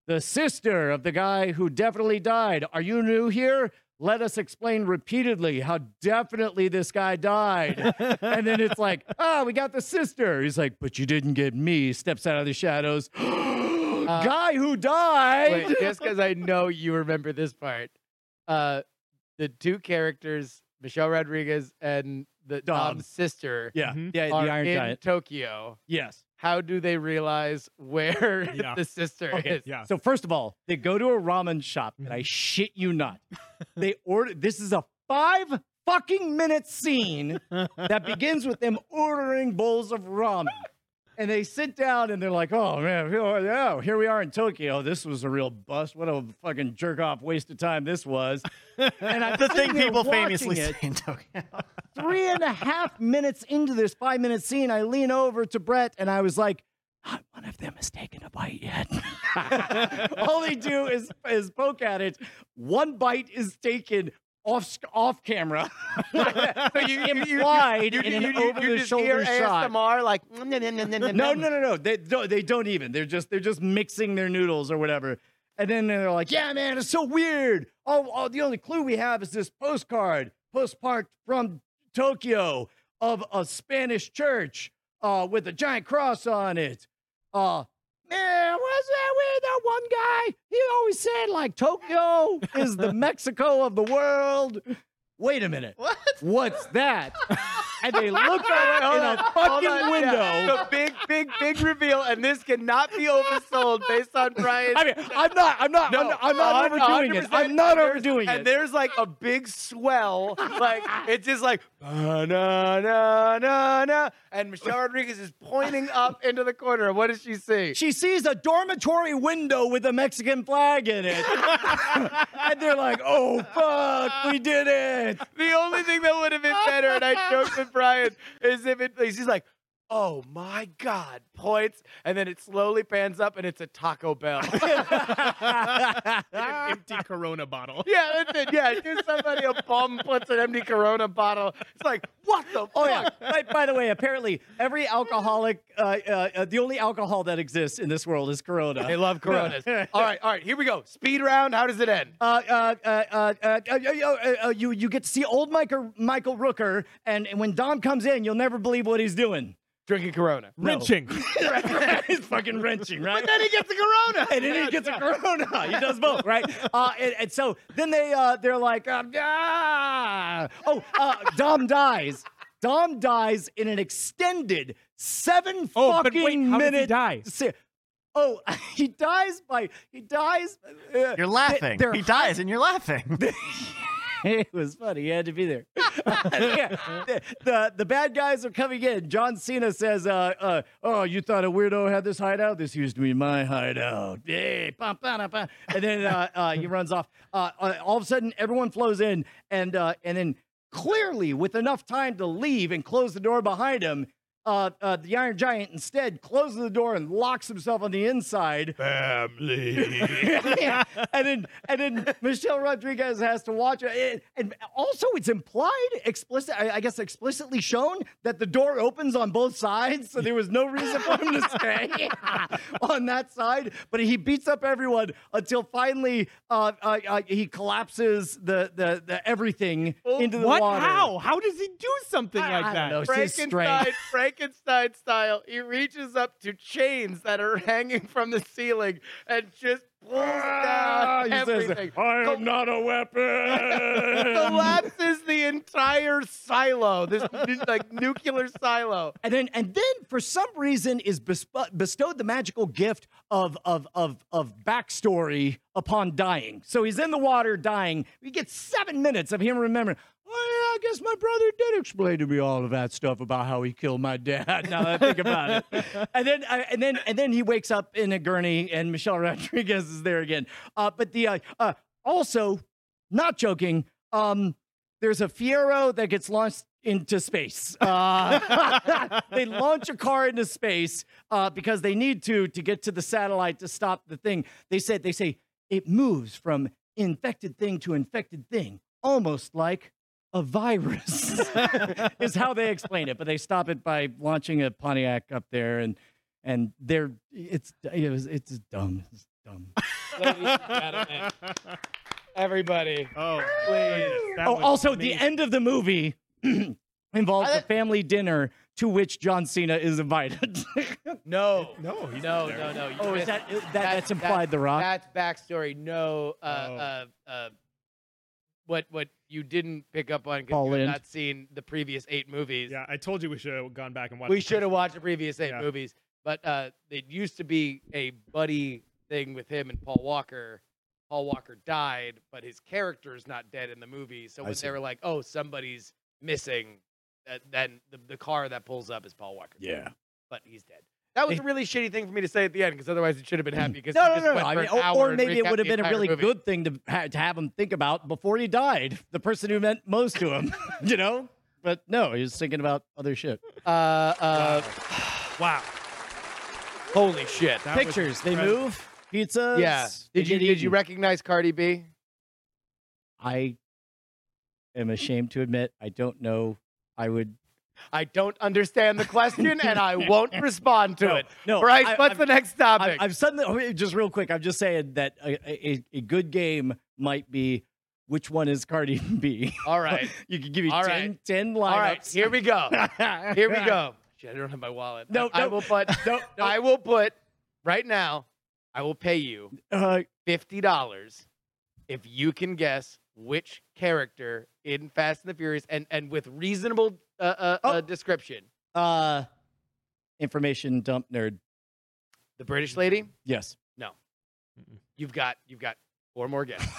S2: the sister of the guy who definitely died. Are you new here? Let us explain repeatedly how definitely this guy died. and then it's like, ah, we got the sister. He's like, but you didn't get me. Steps out of the shadows. guy who died.
S3: Uh, Wait, just because I know you remember this part, uh, the two characters, Michelle Rodriguez and the
S2: Dom.
S3: Dom's sister,
S2: yeah,
S7: Mhm.
S2: yeah, the
S3: are
S2: Iron
S3: in
S2: Giant.
S3: Tokyo.
S2: Yes.
S3: How do they realize where
S7: Yeah.
S3: the sister is?
S7: Yeah.
S2: So first of all, they go to a ramen shop, and I shit you not, they order. This is a five fucking minute scene that begins with them ordering bowls of ramen. And they sit down and they're like, oh man, here- oh, yeah, here we are in Tokyo. This was a real bust. What a fucking jerk off waste of time this was. And I'm
S4: The
S2: sitting
S4: thing
S2: there
S4: people
S2: watching
S4: famously
S2: it
S4: say in Tokyo.
S2: three and a half minutes into this five minute scene, I lean over to Brett and I was like, not one of them has taken a bite yet. All they do is is poke at it. One bite is taken off sc- off camera. so you, implied
S3: You,
S2: in
S3: you,
S2: an
S3: you,
S2: over
S3: you
S2: the
S3: just
S2: shoulder
S3: hear
S2: shot.
S3: ASMR like, no,
S2: No, no, no, no. They don't, they don't even. They're just they're just mixing their noodles or whatever. And then they're like, "Yeah, man, it's so weird. All, all the only clue we have is this postcard, postmarked from Tokyo of a Spanish church uh, with a giant cross on it." Uh, man, what's that with that one guy? He always said like Tokyo is the Mexico of the world. Wait a minute. What? What's that? and they look at it in a
S3: Hold
S2: fucking
S3: on, yeah.
S2: window.
S3: The big, big, big reveal, and this cannot be oversold based on Brian's
S2: I mean, I'm not, I'm not, I'm
S3: No,
S2: not, I'm not
S3: a-
S2: overdoing it.
S3: 100%,
S2: I'm not
S3: there's-
S2: overdoing
S3: And
S2: it.
S3: there's like a big swell, like it's just like "Ah, na na na na, and Michelle Rodriguez is pointing up into the corner. And What does she see?
S2: She sees a dormitory window with a Mexican flag in it. and they're like, oh, fuck, we did it.
S3: the only thing that would have been better, and I joked with Brian, is if it. She's like. Oh my God! Points, and then it slowly pans up, and it's a Taco Bell.
S8: An empty Corona bottle.
S3: yeah, that's it. Yeah, here's somebody a bum puts an empty Corona bottle. It's like, what the?
S2: Oh,
S3: fuck?
S2: yeah. By, by the way, apparently, every alcoholic, uh, uh, uh, the only alcohol that exists in this world is Corona.
S3: They love Coronas. all right, all right, here we go. Speed round. How does it end?
S2: uh, uh, uh, uh, uh, uh, uh, uh, you you get to see old Michael Michael Rooker, and, and when Dom comes in, you'll never believe what he's doing.
S3: Drinking Corona.
S7: Wrenching.
S2: he's fucking wrenching, right?
S3: Then he gets the Corona.
S2: and then he gets a corona. He does both, right? Uh, and, and so then they uh, they're like, um, ah! oh, uh, Dom dies. Dom dies in an extended seven
S7: Oh, but
S2: fucking
S7: wait, how did he
S2: minute.
S7: die?
S2: se- oh, he dies by he dies. uh,
S4: You're laughing.
S2: they're
S4: he dies and you're laughing.
S2: it was funny. You had to be there. Yeah, the, the the bad guys are coming in. John Cena says, uh, uh, "Oh, you thought a weirdo had this hideout? This used to be my hideout." Hey, bah, bah, bah, bah. and then uh, uh, he runs off. Uh, uh, all of a sudden, everyone flows in, and uh, and then clearly, with enough time to leave and close the door behind him. Uh, uh, the Iron Giant instead closes the door and locks himself on the inside, yeah. and then and then Michelle Rodriguez has to watch it. And- And also, it's implied, explicit, I I guess, explicitly shown that the door opens on both sides, so there was no reason for him to stay on that side. But he beats up everyone until finally uh, uh, uh, he collapses the the, the everything into the
S7: Oh, what?
S2: water.
S7: How? How does he do something like
S2: I
S7: that?
S2: don't know. It's his strength.
S3: Frankenstein, Frankenstein style, he reaches up to chains that are hanging from the ceiling and just pulls
S1: Ah,
S3: down
S1: he says,
S3: everything.
S1: I
S3: Col-
S1: am not a weapon.
S3: collapses the entire silo, this nu- like nuclear silo.
S2: and then and then for some reason is besp- bestowed the magical gift of of of of backstory upon dying. So he's in the water dying. We get seven minutes of him remembering. Well, yeah, I guess my brother did explain to me all of that stuff about how he killed my dad. Now that I think about it, and then uh, and then and then he wakes up in a gurney, and Michelle Rodriguez is there again. Uh, but the uh, uh, also, not joking. Um, there's a Fiero that gets launched into space.
S3: Ah.
S2: Uh, they launch a car into space uh, because they need to to get to the satellite to stop the thing. They said they say it moves from infected thing to infected thing, almost like a virus is how they explain it. But they stop it by launching a Pontiac up there, and and they're it's it was it's dumb. It's dumb.
S3: Everybody.
S8: Oh,
S3: Please.
S8: that
S2: oh,
S8: was
S2: also
S8: amazing.
S2: the end of the movie involves
S3: I-
S2: a family dinner to which John Cena is invited.
S3: No.
S7: No, he's
S3: No, no, no. you
S2: oh,
S3: missed
S2: is that, that
S3: That-
S2: that's implied the rock? Oh.
S3: That's backstory. No, uh, uh, uh, what what you didn't pick up on
S2: Paul
S3: because you've
S2: Lind.
S3: not seen the previous eight movies.
S7: Yeah, I told you we should have gone back and watched.
S3: we
S7: the
S3: should
S7: first-
S3: have watched the previous eight
S7: Yeah.
S3: movies, but uh, it used to be a buddy thing with him and Paul Walker. Paul Walker died, but his character is not dead in the movie. So
S2: I
S3: when
S2: see.
S3: they were like, "Oh, somebody's missing," uh, then the, the car that pulls up is Paul Walker.
S1: yeah.
S3: but he's dead. That was
S2: Hey.
S3: a really shitty thing for me to say at the end because otherwise it should have been happy. Because
S2: no, no, no, no. I mean, or- or, maybe it would have been a really good thing to ha- to have him think about before he died. The person who meant most to him, you know. But no, he was thinking about other shit.
S3: Uh, uh,
S7: Wow.
S3: holy shit!
S7: That was
S2: Pictures, they
S7: incredible.
S2: move. Pizzas.
S3: yeah.
S2: they
S3: Did you
S2: get
S3: did you
S2: eaten.
S3: recognize Cardi B?
S2: I am ashamed to admit I don't know. I would
S3: I don't understand the question and I won't respond to
S2: No,
S3: it.
S2: no,
S3: Bryce,
S2: I-
S3: what's
S2: I'm-
S3: the next
S2: I,
S3: topic?
S2: I've suddenly oh, wait, just real quick. I'm just saying that a, a, a good game might be which one is Cardi B.
S3: All right.
S2: you could give me
S3: All
S2: 10,
S3: right.
S2: 10
S3: All right.
S2: lineups.
S3: Here we go.
S2: right,
S3: Here we go. Shit, I don't have my wallet.
S2: No,
S3: I, I
S2: no.
S3: will put.
S2: No, no.
S3: I will put right now. I will pay you
S2: uh,
S3: fifty dollars if you can guess which character in Fast and the Furious and and with reasonable uh, uh,
S2: Oh.
S3: uh, description.
S2: uh, information dump nerd.
S3: The British lady.
S2: Yes.
S3: You've got you've got four more guesses.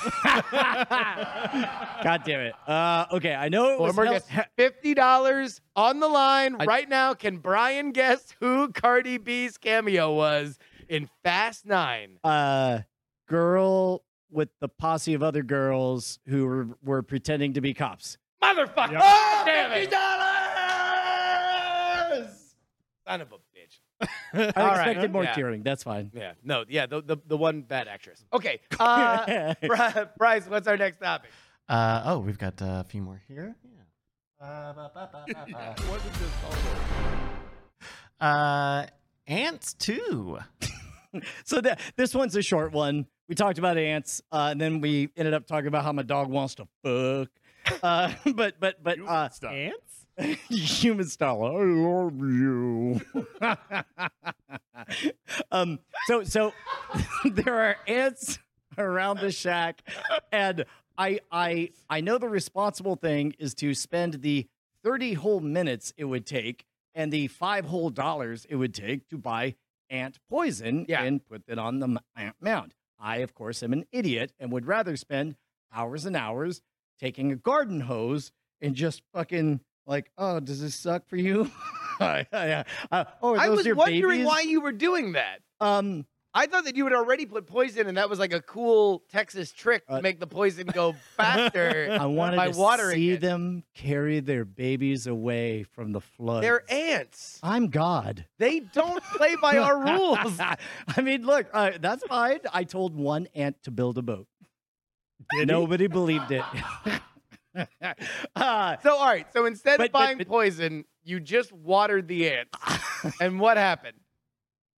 S2: God damn it. Uh, okay, I know it
S3: Four
S2: was
S3: more
S2: Hel-
S3: guesses. Fifty dollars on the line right now. Can Brian guess who Cardi B's cameo was in Fast Nine?
S2: uh, girl with the posse of other girls who were, were pretending to be cops.
S3: Motherfucker!
S7: Yep.
S3: Oh, damn it! dollars! Son of a bitch.
S2: I
S3: All right.
S2: expected more
S3: Yeah.
S2: cheering. That's fine.
S3: Yeah. No. Yeah. The the, the one bad actress. Okay. Uh, Bri- Bryce, what's our next topic?
S4: Uh, oh, we've got uh, a few more here. Yeah. Uh, ba, ba, ba, ba, ba. Uh, ants too.
S2: so that this one's a short one. We talked about ants, uh, and then we ended up talking about how my dog wants to fuck. Uh, but but but uh,
S1: Stop.
S7: Ants?
S2: human style. I love you. um. So so there are ants around the shack, and I I I know the responsible thing is to spend the thirty whole minutes it would take and the five whole dollars it would take to buy ant poison
S3: Yeah.
S2: and put it on the m- ant mound. I of course am an idiot and would rather spend hours and hours taking a garden hose and just fucking like, oh, does this suck for you? uh, oh, are
S3: I
S2: those
S3: was
S2: your
S3: wondering
S2: babies?
S3: why you were doing that.
S2: Um,
S3: I thought that you had already put poison, and that was like a cool Texas trick to
S2: Uh,
S3: make the poison go faster.
S2: I wanted
S3: by
S2: to
S3: watering
S2: see
S3: it.
S2: them carry their babies away from the flood.
S3: They're ants.
S2: I'm God.
S3: They don't play by our rules.
S2: I mean, look, uh, that's fine. I told one ant to build a boat.
S7: Did he?
S2: Nobody believed it. uh,
S3: So all right. So instead
S2: But-
S3: of
S2: but-
S3: buying
S2: but-
S3: poison, you just watered the ants. and what happened?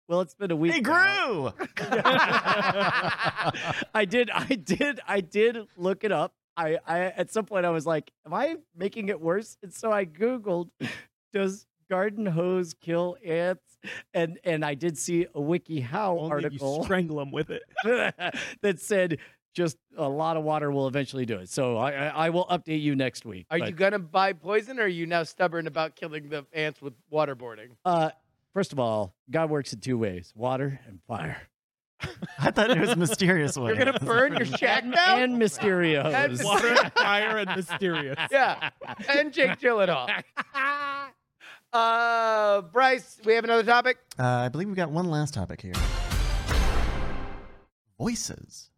S2: well, it's been a week.
S4: They
S2: now.
S4: grew.
S2: I did, I did, I did look it up. I, I at some point I was like, "Am I making it worse?" And so I googled, "Does garden hose kill ants? And and I did see a wiki how
S7: Only
S2: Oh, article.
S7: you strangle them with it.
S2: that said just a lot of water will eventually do it. So I I, I will update you next week.
S3: Are
S2: but,
S3: you gonna buy poison, or are you now stubborn about killing the ants with waterboarding?
S2: uh first of all, God works in two ways, water and fire.
S4: I thought it was mysterious.
S3: You're
S4: way.
S3: gonna burn your shack down?
S2: And Mysterio.
S3: That's-
S7: Water, fire, and mysterious.
S3: yeah, and Jake Gyllenhaal. uh, Bryce, we have another topic.
S4: Uh, I believe we've got one last topic here. Voices.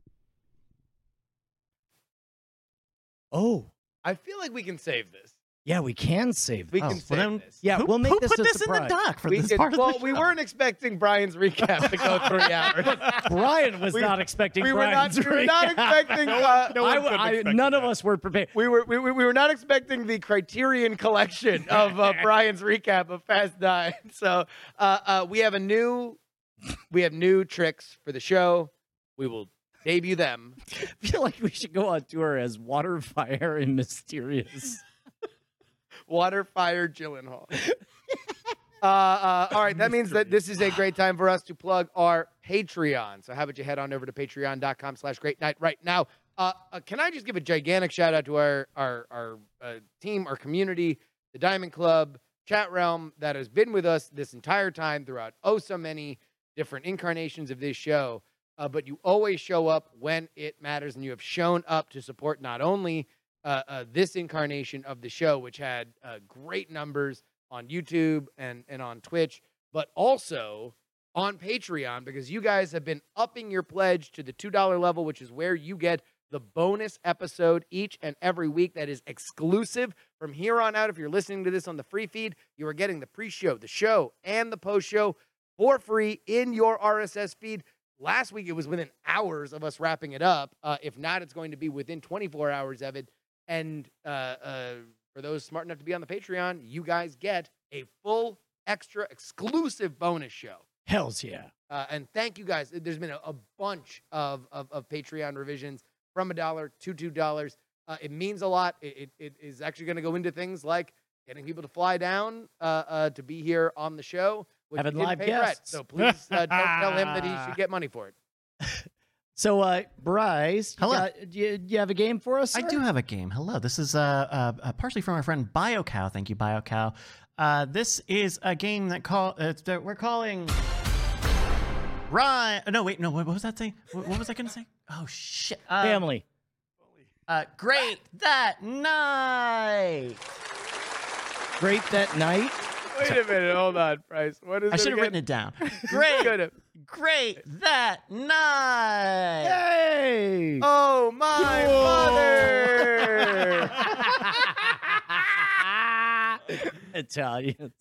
S2: Oh,
S3: I feel like we can save this.
S2: yeah, we can save
S3: We
S4: Oh,
S3: can
S4: well
S3: save
S4: then-
S3: this.
S2: Yeah,
S4: who
S2: we'll make
S4: who
S2: this
S4: put
S2: a
S4: this in
S2: surprise.
S4: the doc for
S3: We
S4: this
S3: did-
S4: part
S3: well,
S4: of the
S3: we
S4: show?
S3: weren't expecting Brian's recap to go three hours.
S2: Brian was
S3: We-
S2: not expecting
S3: we were not,
S2: Brian's
S3: we were not
S2: recap.
S3: expecting. uh,
S8: No one
S2: I w-
S8: could
S2: I-
S8: expect
S2: none
S8: that.
S2: of us were prepared.
S3: we were we, we we were not expecting the Criterion collection of uh, Brian's recap of Fast Nine. So uh, uh, we have a new we have new tricks for the show. We will debut them.
S2: I feel like we should go on tour as water, fire, and mysterious.
S3: Water, fire, Gyllenhaal. Uh, uh, all right, that means that this is a great time for us to plug our Patreon. So how about you head on over to patreon.com slash great night right now. Uh, uh, can I just give a gigantic shout out to our, our, our uh, team, our community, the Diamond Club, Chat Realm that has been with us this entire time throughout oh so many different incarnations of this show. Uh, but you always show up when it matters, and you have shown up to support not only uh, uh, this incarnation of the show, which had uh, great numbers on YouTube and, and on Twitch, but also on Patreon because you guys have been upping your pledge to the $2 level, which is where you get the bonus episode each and every week that is exclusive. From here on out, if you're listening to this on the free feed, you are getting the pre show, the show, and the post show for free in your RSS feed. Last week, it was within hours of us wrapping it up. Uh, if not, it's going to be within 24 hours of it. And uh, uh, for those smart enough to be on the Patreon, you guys get a full, extra, exclusive bonus show.
S2: Hell's yeah.
S3: Uh, and thank you guys. There's been a, a bunch of, of, of Patreon revisions from a dollar to two dollars. Uh, it means a lot. It, it, it is actually going to go into things like getting people to fly down uh, uh, to be here on the show. Which
S2: Having
S3: we didn't
S2: live
S3: pay Brett,
S2: guests.
S3: so please uh, don't tell him that he should get money for it.
S2: So, uh, Bryce, you,
S4: Hello.
S2: got- do you, do you have a game for us?
S4: I
S2: sir?
S4: do have a game. Hello. This is uh, uh, uh, partially from our friend BioCow. Thank you, BioCow. Uh, this is a game that call uh, that we're calling. Rhyme. No, wait. No. What what was that saying? What, what was I gonna say? Oh shit. Uh,
S2: family.
S4: Uh, great that night.
S2: Great that night.
S3: Wait a minute, hold on, Price. What is
S4: I should have written it down.
S3: Good.
S4: Great. great that night.
S2: Hey!
S3: Oh my mother!
S2: Italians.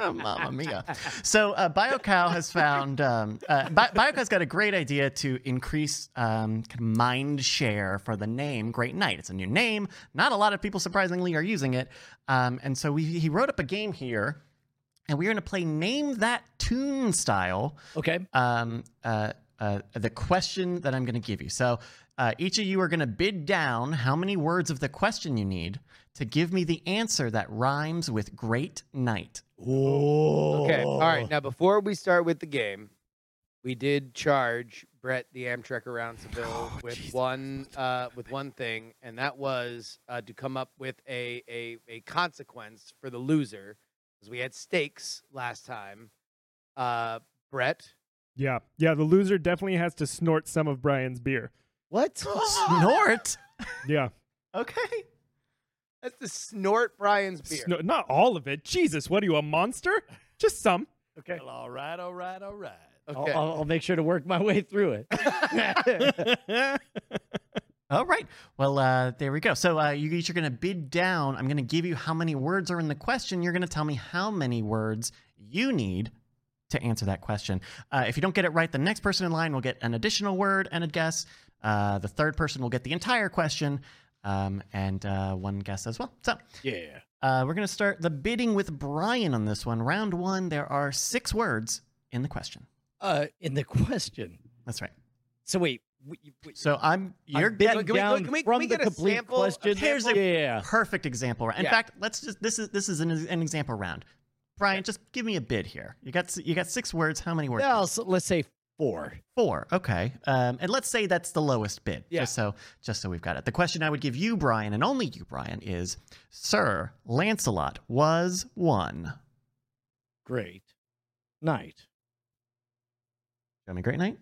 S4: Mamma mia. So, uh, BioCow has found, um, uh, Bi- BioCow's got a great idea to increase um, kind of mind share for the name Great Night. It's a new name. Not a lot of people, surprisingly, are using it. Um, and so we, he wrote up a game here, and we're going to play Name That Tune style.
S2: Okay.
S4: um, uh, uh, the question that I'm going to give you. So uh, each of you are going to bid down how many words of the question you need to give me the answer that rhymes with great night.
S3: Okay. All right. Now, before we start with the game, we did charge Brett the Amtrekker Rounceville with one uh, with one thing, and that was uh, to come up with a, a a consequence for the loser, because we had stakes last time. Uh, Brett,
S7: Yeah, yeah. The loser definitely has to snort some of Brian's beer.
S2: What?
S4: Snort.
S7: Yeah,
S4: Okay.
S3: that's the snort Brian's beer.
S7: Snor- not all of it. Jesus, what are you, a monster? Just some.
S2: Okay.
S1: all right, all right, all right.
S2: I'll,
S3: okay.
S2: I'll, I'll make sure to work my way through it.
S4: All right. Well, uh, there we go. So uh, you each are going to bid down. I'm going to give you how many words are in the question. You're going to tell me how many words you need to answer that question. Uh, if you don't get it right, the next person in line will get an additional word and a guess. Uh, the third person will get the entire question um, and uh, one guess as well. So
S2: yeah.
S4: uh, we're going to start the bidding with Brian on this one. Round one, there are six words in the question.
S2: Uh, in the question.
S4: That's right.
S2: So wait, we, we,
S4: So I'm you're
S2: I'm bitten
S3: Can we-
S2: down
S3: can we- can
S2: from
S3: we
S2: the
S3: get a
S2: complete
S3: sample of-
S2: question.
S4: Here's a-
S2: yeah, Uh-huh. yeah,
S4: perfect example. In
S3: Yeah.
S4: fact, let's just this is this is an, an example round. Brian, just give me a bid here. You got s- you got six words. How many
S2: yeah.
S4: words?
S2: Well, so let's say four.
S4: Four. Okay. Um, and let's say that's the lowest bid.
S3: Yeah.
S4: Just so just so we've got it. The question I would give you, Brian, and only you, Brian, is Sir Lancelot was one.
S2: Great night.
S4: Have a great night.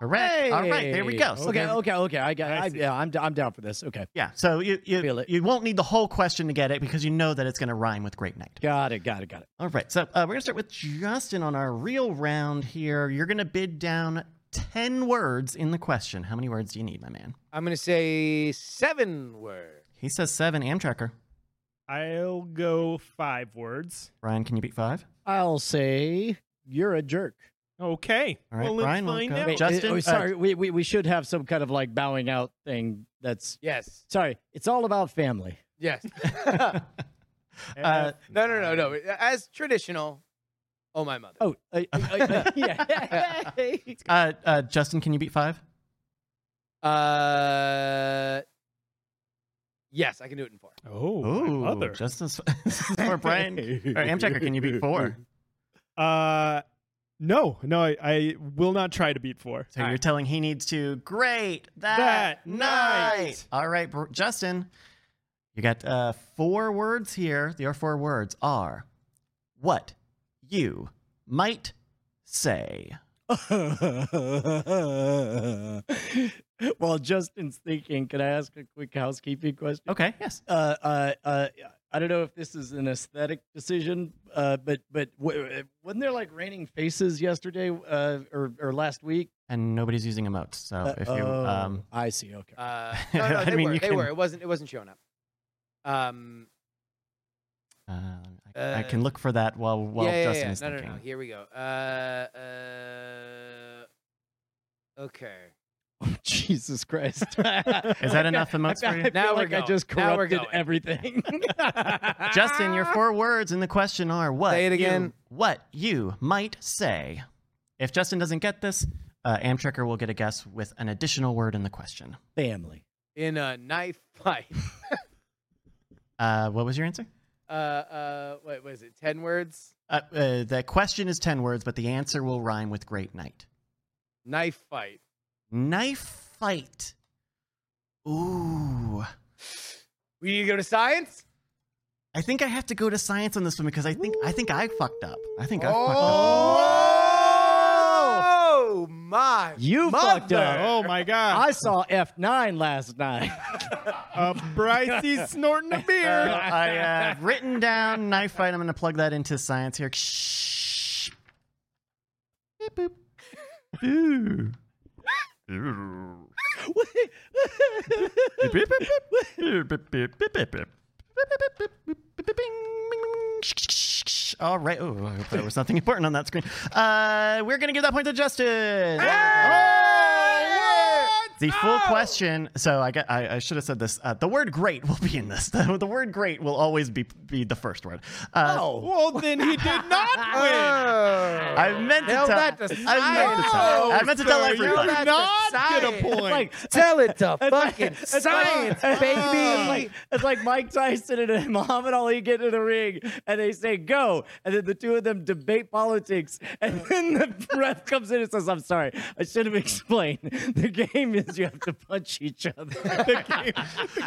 S4: Correct. All right. There we go. So
S2: okay,
S4: there-
S2: okay, okay. I got. I,
S8: I see.
S2: yeah, I'm. d- I'm down for this. Okay,
S4: Yeah. So you
S2: Feel
S4: you,
S2: it.
S4: you won't need the whole question to get it because you know that it's going to rhyme with great night.
S2: got it. Got it. Got it.
S4: All right. So uh, we're going to start with Justin on our real round here. You're going to bid down 10 words in the question. How many words do you need, my man?
S3: I'm gonna say seven words.
S4: He says seven. Amtracker.
S7: I'll go five words.
S4: Brian, can you beat five?
S2: I'll say you're a jerk.
S7: Okay.
S4: All right,
S7: well, let's
S4: Brian, we'll
S7: find
S4: go-
S7: out.
S4: Wait,
S2: Uh,
S4: Justin,
S2: oh,
S4: uh,
S2: sorry. we, we we should have some kind of like bowing out thing. That's
S3: Yes.
S2: sorry. It's all about family.
S3: Yes. no,
S4: Uh,
S3: no, no, no. As traditional, oh my mother.
S2: Oh, uh, uh, uh, yeah.
S4: uh, uh, Justin, can you beat five?
S3: Uh, yes, I can do it in four.
S7: Oh,
S4: Ooh,
S7: my mother.
S4: Justice for Brian. All right, Amtracker, can you beat four?
S7: Uh, no, no, I, I will not try to beat four.
S4: So you're telling he needs to. Great. That,
S7: That
S4: night.
S7: night.
S4: All right, Br- Justin. You got uh, four words here. Your four words are what you might say.
S2: uh, While Justin's thinking, can I ask a quick housekeeping question?
S4: Okay. Yes.
S2: uh, uh, uh, I don't know if this is an aesthetic decision, uh, but but w- wasn't there like raining faces yesterday uh, or or last week?
S4: And nobody's using emotes. So
S2: Uh,
S4: if you.
S2: oh,
S4: Um,
S2: I see. Okay.
S3: Uh, no, no,
S4: I
S3: they
S4: mean,
S3: were.
S4: you
S3: They
S4: can-
S3: were. It wasn't. It wasn't showing up. Um.
S4: uh, I, I
S3: Uh,
S4: can look for that while, while
S3: yeah, yeah,
S4: Justin
S3: yeah.
S4: is
S3: no,
S4: thinking.
S3: no, no. Here we go. Uh. Uh. Okay.
S2: Jesus Christ! is
S4: Is that enough emotes for you?
S2: I
S3: Now
S2: feel
S3: we're
S2: like I
S3: going.
S2: just
S3: Now we're
S2: corrupted
S3: going.
S2: everything.
S4: Justin, your four words in the question are what?
S3: Say it
S4: you-
S3: again.
S4: what you might say. If Justin doesn't get this, uh, Amtrekker will get a guess with an additional word in the question.
S2: Family.
S3: In a knife fight.
S4: Uh, what was your answer?
S3: Uh. Uh. What was it? Ten words.
S4: Uh, uh, the question is 10 words, but the answer will rhyme with great night.
S3: Knife fight.
S4: Knife fight. Ooh.
S3: We need to go to science.
S4: I think I have to go to science on this one because I think I think I fucked up. I think I fucked up.
S3: Oh my!
S2: You fucked
S3: mother.
S2: up.
S7: Oh my god.
S2: I saw F nine last night.
S7: Uh, Bryce, he's snorting a
S4: Uh,
S7: beer.
S4: I uh, written down knife fight. I'm going to plug that into science here. Shh. Beep, boop. Ooh. Ooh. Beep, beep, beep, beep. Ooh, beep, beep, beep, beep, beep. Beep, beep, beep, beep, beep, beep, bing, bing, bing, bing. Shh, shh, shh, shh. All right. Oh, I hope there was nothing important on that screen. Uh, we're gonna give that point to Justin.
S3: Ah!
S4: The full question. So I got. I, I should have said this. Uh, the word "great" will be in this. The, the word "great" will always be be the first word. Uh,
S2: oh,
S7: well, then he did not win.
S3: Oh.
S4: I meant to
S3: Tell
S4: tell.
S3: that to
S4: I meant to tell. I
S3: science, Oh,
S4: meant to tell
S3: sir. You
S4: everybody.
S3: let-
S7: Not
S3: That's
S7: get
S3: the
S7: a
S3: science.
S7: point.
S2: like
S3: Tell it to
S2: like-
S3: fucking
S2: it's like-
S3: science,
S2: it's like- It's
S3: baby.
S2: like, it's like Mike Tyson and Muhammad Ali get in the ring and they say go, and then the two of them debate politics, and then the ref comes in and says, "I'm sorry, I should have explained. The game is you have to punch each other."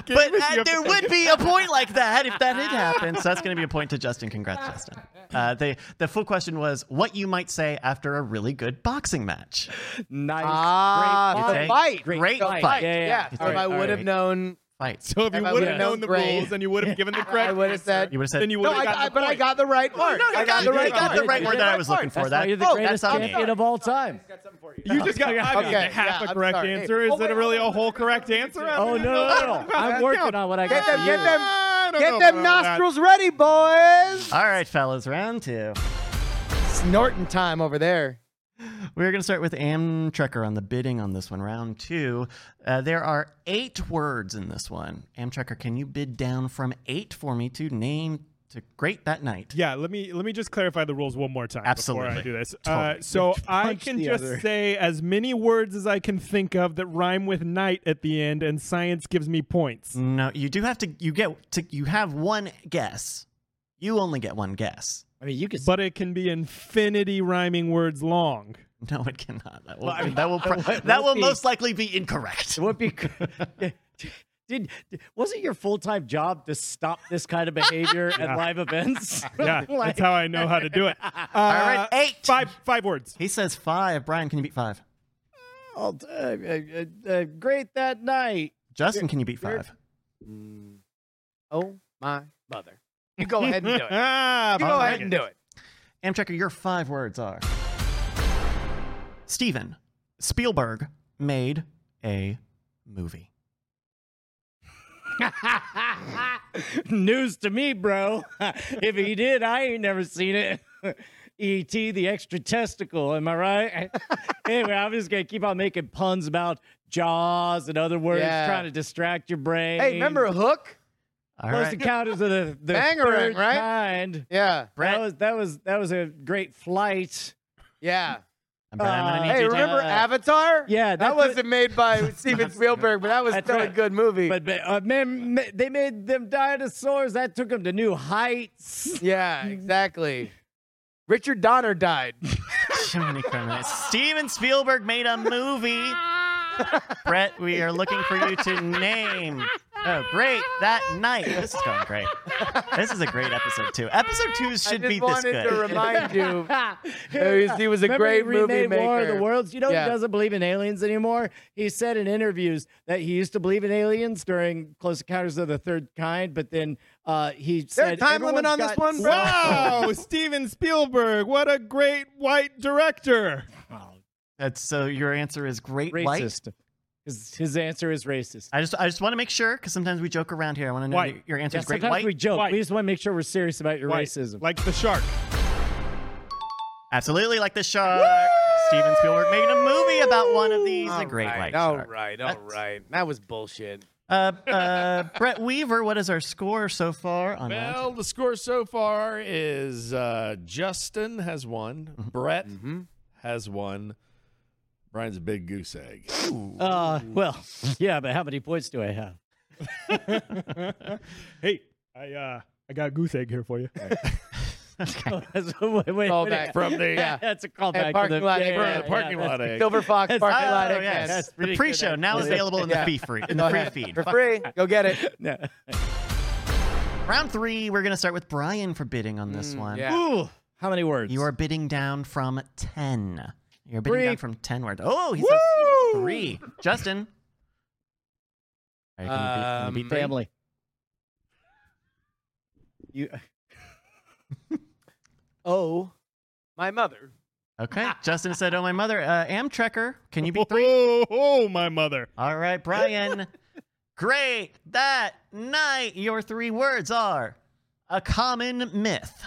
S4: But uh, there would be a point like that if that did happen. So that's going to be a point to Justin. Congrats, Justin. Uh, the the full question was what you might say after a really good boxing match.
S2: nice,
S3: Ah,
S4: Great
S3: the
S4: fight.
S3: fight.
S4: Great,
S3: The
S4: fight.
S3: fight.
S2: Yeah, yeah.
S3: Yeah.
S2: It's
S3: If
S2: alright,
S3: I would have
S2: alright.
S3: known,
S4: Fight.
S7: So if you
S3: If I
S7: would
S3: would've
S7: have known
S3: known
S7: the
S3: grade-
S7: rules and you would have given the correct
S3: I would have
S7: answer,
S3: said.
S4: You would have said.
S7: then you would
S3: No,
S7: have
S3: I,
S7: gotten
S3: I,
S7: the
S3: but I
S7: point.
S3: got the right word.
S4: no,
S3: I
S4: you
S3: got the
S4: did.
S3: right
S4: You got the
S3: word.
S4: right
S3: You
S4: word
S3: did
S4: that I
S3: right
S4: was
S3: word.
S4: looking for.
S2: That's
S4: that-
S2: why you're the
S4: oh,
S2: greatest
S4: that's on me.
S2: champion of all time.
S7: You just got I mean,
S3: Okay,
S7: half
S3: yeah,
S7: a
S3: I'm
S7: correct
S3: sorry.
S7: answer.
S3: Hey,
S7: Is
S3: oh,
S7: it
S3: wait,
S7: really
S3: oh,
S7: a whole correct answer? I
S2: Oh
S7: don't
S2: no,
S7: know.
S2: no, no! I'm working on what I
S3: Get
S2: got
S3: them,
S2: for you.
S3: get them,
S7: I don't
S3: get
S7: know
S3: them
S7: about all that.
S3: nostrils ready, boys.
S4: All right, fellas, round two.
S3: Snorting time over there.
S4: We're going to start with Amtrekker on the bidding on this one, round two. Uh, there are eight words in this one. Amtrekker, can you bid down from eight for me to name to great that night.
S7: Yeah, let me let me just clarify the rules one more time before I
S4: Absolutely.
S7: do this. Uh,
S4: Totally.
S7: so I
S2: punch
S7: can
S2: the
S7: just
S2: other.
S7: say as many words as I can think of that rhyme with night at the end, and science gives me
S3: Mm.
S7: points.
S4: No, you do have to. You get to. You have one guess. You only get one guess.
S2: I mean, you could.
S7: But it can be infinity rhyming words long.
S4: No, it cannot. That will. that will. pro-
S2: what-
S4: that
S2: what
S4: will
S2: the-
S4: most likely be incorrect.
S2: It would be. Did, wasn't your full time job to stop this kind of behavior at live events?
S7: Yeah, that's how I know how to do it. Uh, All
S4: right, eight.
S7: Five five words.
S4: He says five. Brian, can you beat five?
S2: All time. oh, Uh, uh, uh, great that night.
S4: Justin, can you beat
S3: you're-
S4: five?
S3: Oh my mother! You go ahead and do it.
S7: Ah,
S3: You go ahead and do it.
S4: Amtrekker, your five words are Steven Spielberg made a movie.
S2: News to me, bro. if he did, I ain't never seen it. E.T. the extra testicle, am I right? anyway, I'm just gonna keep on making puns about jaws and other words,
S3: Yeah.
S2: trying to distract your brain.
S3: Hey, remember Hook?
S4: All
S2: those
S4: right.
S2: encounters of the, the
S3: Bangarang,
S2: third
S3: right?
S2: kind.
S3: Yeah,
S4: Brett,
S2: That was that was that was a great flight.
S3: yeah.
S4: Brett, I'm gonna
S2: uh,
S4: need
S3: Hey,
S4: you to-
S3: remember Avatar?
S2: yeah,
S3: that
S2: that's
S3: wasn't made by Steven Spielberg, but that was
S2: That's
S3: still a
S2: right.
S3: good movie.
S2: But, but uh, man, ma- they made them dinosaurs. That took them to new heights.
S3: yeah, exactly. Richard Donner died.
S4: Too many criminals. Steven Spielberg made a movie. Brett, we are looking for you to name. Oh, great. That night. This is going great. This is a great episode, too. Episode two
S3: I just
S4: should be this
S3: wanted
S4: good.
S3: to remind you.
S2: Here,
S3: he was a
S2: remember he
S3: great movie
S2: remade War of the
S3: maker.
S2: Worlds. You know
S3: Yeah.
S2: he doesn't believe in aliens anymore. He said in interviews that he used to believe in aliens during Close Encounters of the Third Kind, but then uh, he
S3: there
S2: said
S3: a time limit
S2: everyone's
S3: on this
S2: got
S3: one, bro?
S7: Wow, Oh, Steven Spielberg, what a great white director.
S4: That's so your answer is great white.
S2: Racist. His, his answer is racist.
S4: I just I just want to make sure because sometimes we joke around here. I want to know
S7: White.
S4: your- your answer
S2: Yeah,
S4: is great
S2: sometimes
S4: white.
S2: we joke.
S7: White.
S2: We just want to make sure we're serious about your
S7: White,
S2: racism.
S7: Like the shark.
S4: Absolutely like the shark. Steven Spielberg made a movie about one of these.
S3: Oh
S4: the great white
S3: All
S4: shark.
S3: right, all
S4: That's-
S3: right. That was bullshit.
S4: Uh, uh, Brett Weaver, what is our score so far on round
S1: Well, the score so far is uh, Justin has one, Brett has one. Brian's a big goose egg.
S2: Uh, well, yeah, but how many points do I have?
S7: Hey, I uh I got a goose egg here for you.
S2: That's- wait, wait,
S3: All
S2: wait.
S3: back.
S1: From the,
S3: Yeah.
S2: That's a callback. to
S3: parking
S2: the,
S3: lot,
S2: yeah,
S3: hey,
S1: from
S2: yeah,
S1: the
S2: yeah,
S1: parking
S2: that's-
S1: lot egg.
S3: Silver Fox
S2: That's-
S3: parking
S2: oh,
S3: lot.
S4: yes.
S3: Eggheads.
S2: That's
S4: The
S2: pretty good,
S4: pre-show now
S2: actually.
S4: available in the
S3: Yeah.
S4: free free in
S3: Go
S4: the free
S3: ahead.
S4: feed.
S3: for
S4: Fuck.
S3: free. Go get it.
S2: No.
S4: Round three, we're gonna start with Brian for bidding on this one.
S3: Hmm, yeah.
S2: Ooh, how many words?
S4: You are bidding down from ten. You're bidding
S2: Three.
S4: down from ten words. Oh, he says three. Justin. All right, can you beat- can you beat
S3: Um,
S4: three?
S2: family. You
S3: Oh, my mother.
S4: Okay. Justin said, "Oh, my mother." Uh, Amtrekker, can you beat three?
S7: Oh, oh, my mother.
S4: All right, Brian. Great. That night, your three words are a common myth.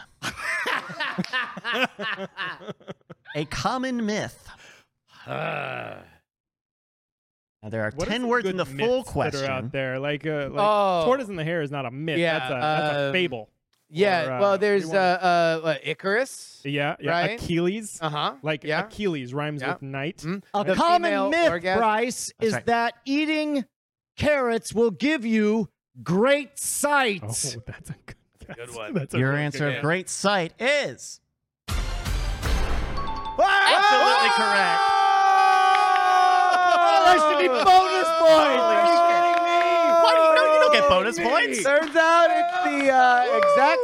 S4: a common myth. Now, there are
S7: What are
S4: 10
S7: some
S4: words in the
S7: good
S4: full
S7: myths That are out
S4: question.
S7: there, like, uh, like
S3: Oh.
S7: tortoise in the hair is not a myth.
S3: Yeah,
S7: that's, a, that's a
S3: um,
S7: fable.
S3: Yeah.
S7: Or, uh,
S3: well, there's
S7: you
S3: uh,
S7: wanna-
S3: uh what, Icarus.
S7: Yeah, yeah.
S3: right?
S7: Achilles,
S3: Uh huh.
S7: like
S3: yeah.
S7: Achilles rhymes
S3: Yeah.
S7: with knight.
S3: Mm.
S2: a
S3: The female
S2: common myth,
S3: orgasm-
S2: Bryce,
S4: That's
S2: is
S4: right.
S2: that eating carrots will give you great sight.
S7: Oh, that's a good. That's,
S3: Good one.
S7: That's a
S4: Your
S7: really
S4: answer
S7: good
S4: of great sight is
S3: Absolutely
S4: absolutely correct.
S2: Oh, that should be bonus points.
S4: Why do you, no, you don't get bonus points.
S3: Turns out it's the uh, exact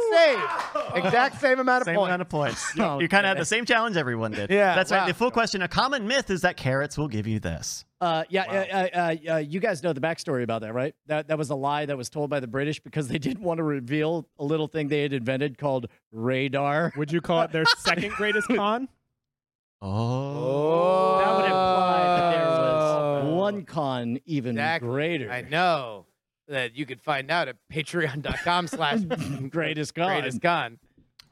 S3: same, exact same amount of
S4: Same
S3: points.
S4: amount of points.
S2: Oh,
S4: you kind of had the same challenge everyone did.
S3: Yeah,
S4: That's
S3: wow.
S4: right. The full question a common myth is that carrots will give you this.
S2: Uh, yeah, uh, uh, uh, you guys know the backstory about that, right? That that was a lie that was told by the British because they didn't want to reveal a little thing they had invented called radar.
S7: Would you call it their second greatest con?
S3: Oh,
S2: That would imply that there was one con even
S3: Exactly.
S2: greater.
S3: I know that you could find out at patreon.com slash
S2: Greatest con.
S3: Greatest con.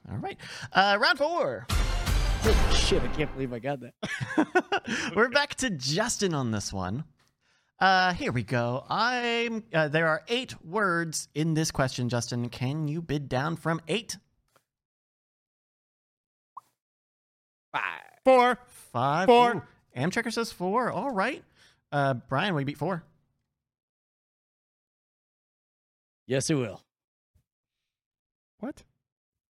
S4: All right. Uh, round four.
S2: Shit, I can't believe I got that.
S4: We're back to Justin on this one. Uh, here we go. I'm. Uh, there are eight words in this question, Justin. Can you bid down from eight?
S7: Four.
S4: Five.
S7: Four.
S4: Ooh, Amchecker says four. All right. Uh, Brian, we beat four.
S2: Yes, it will.
S7: What?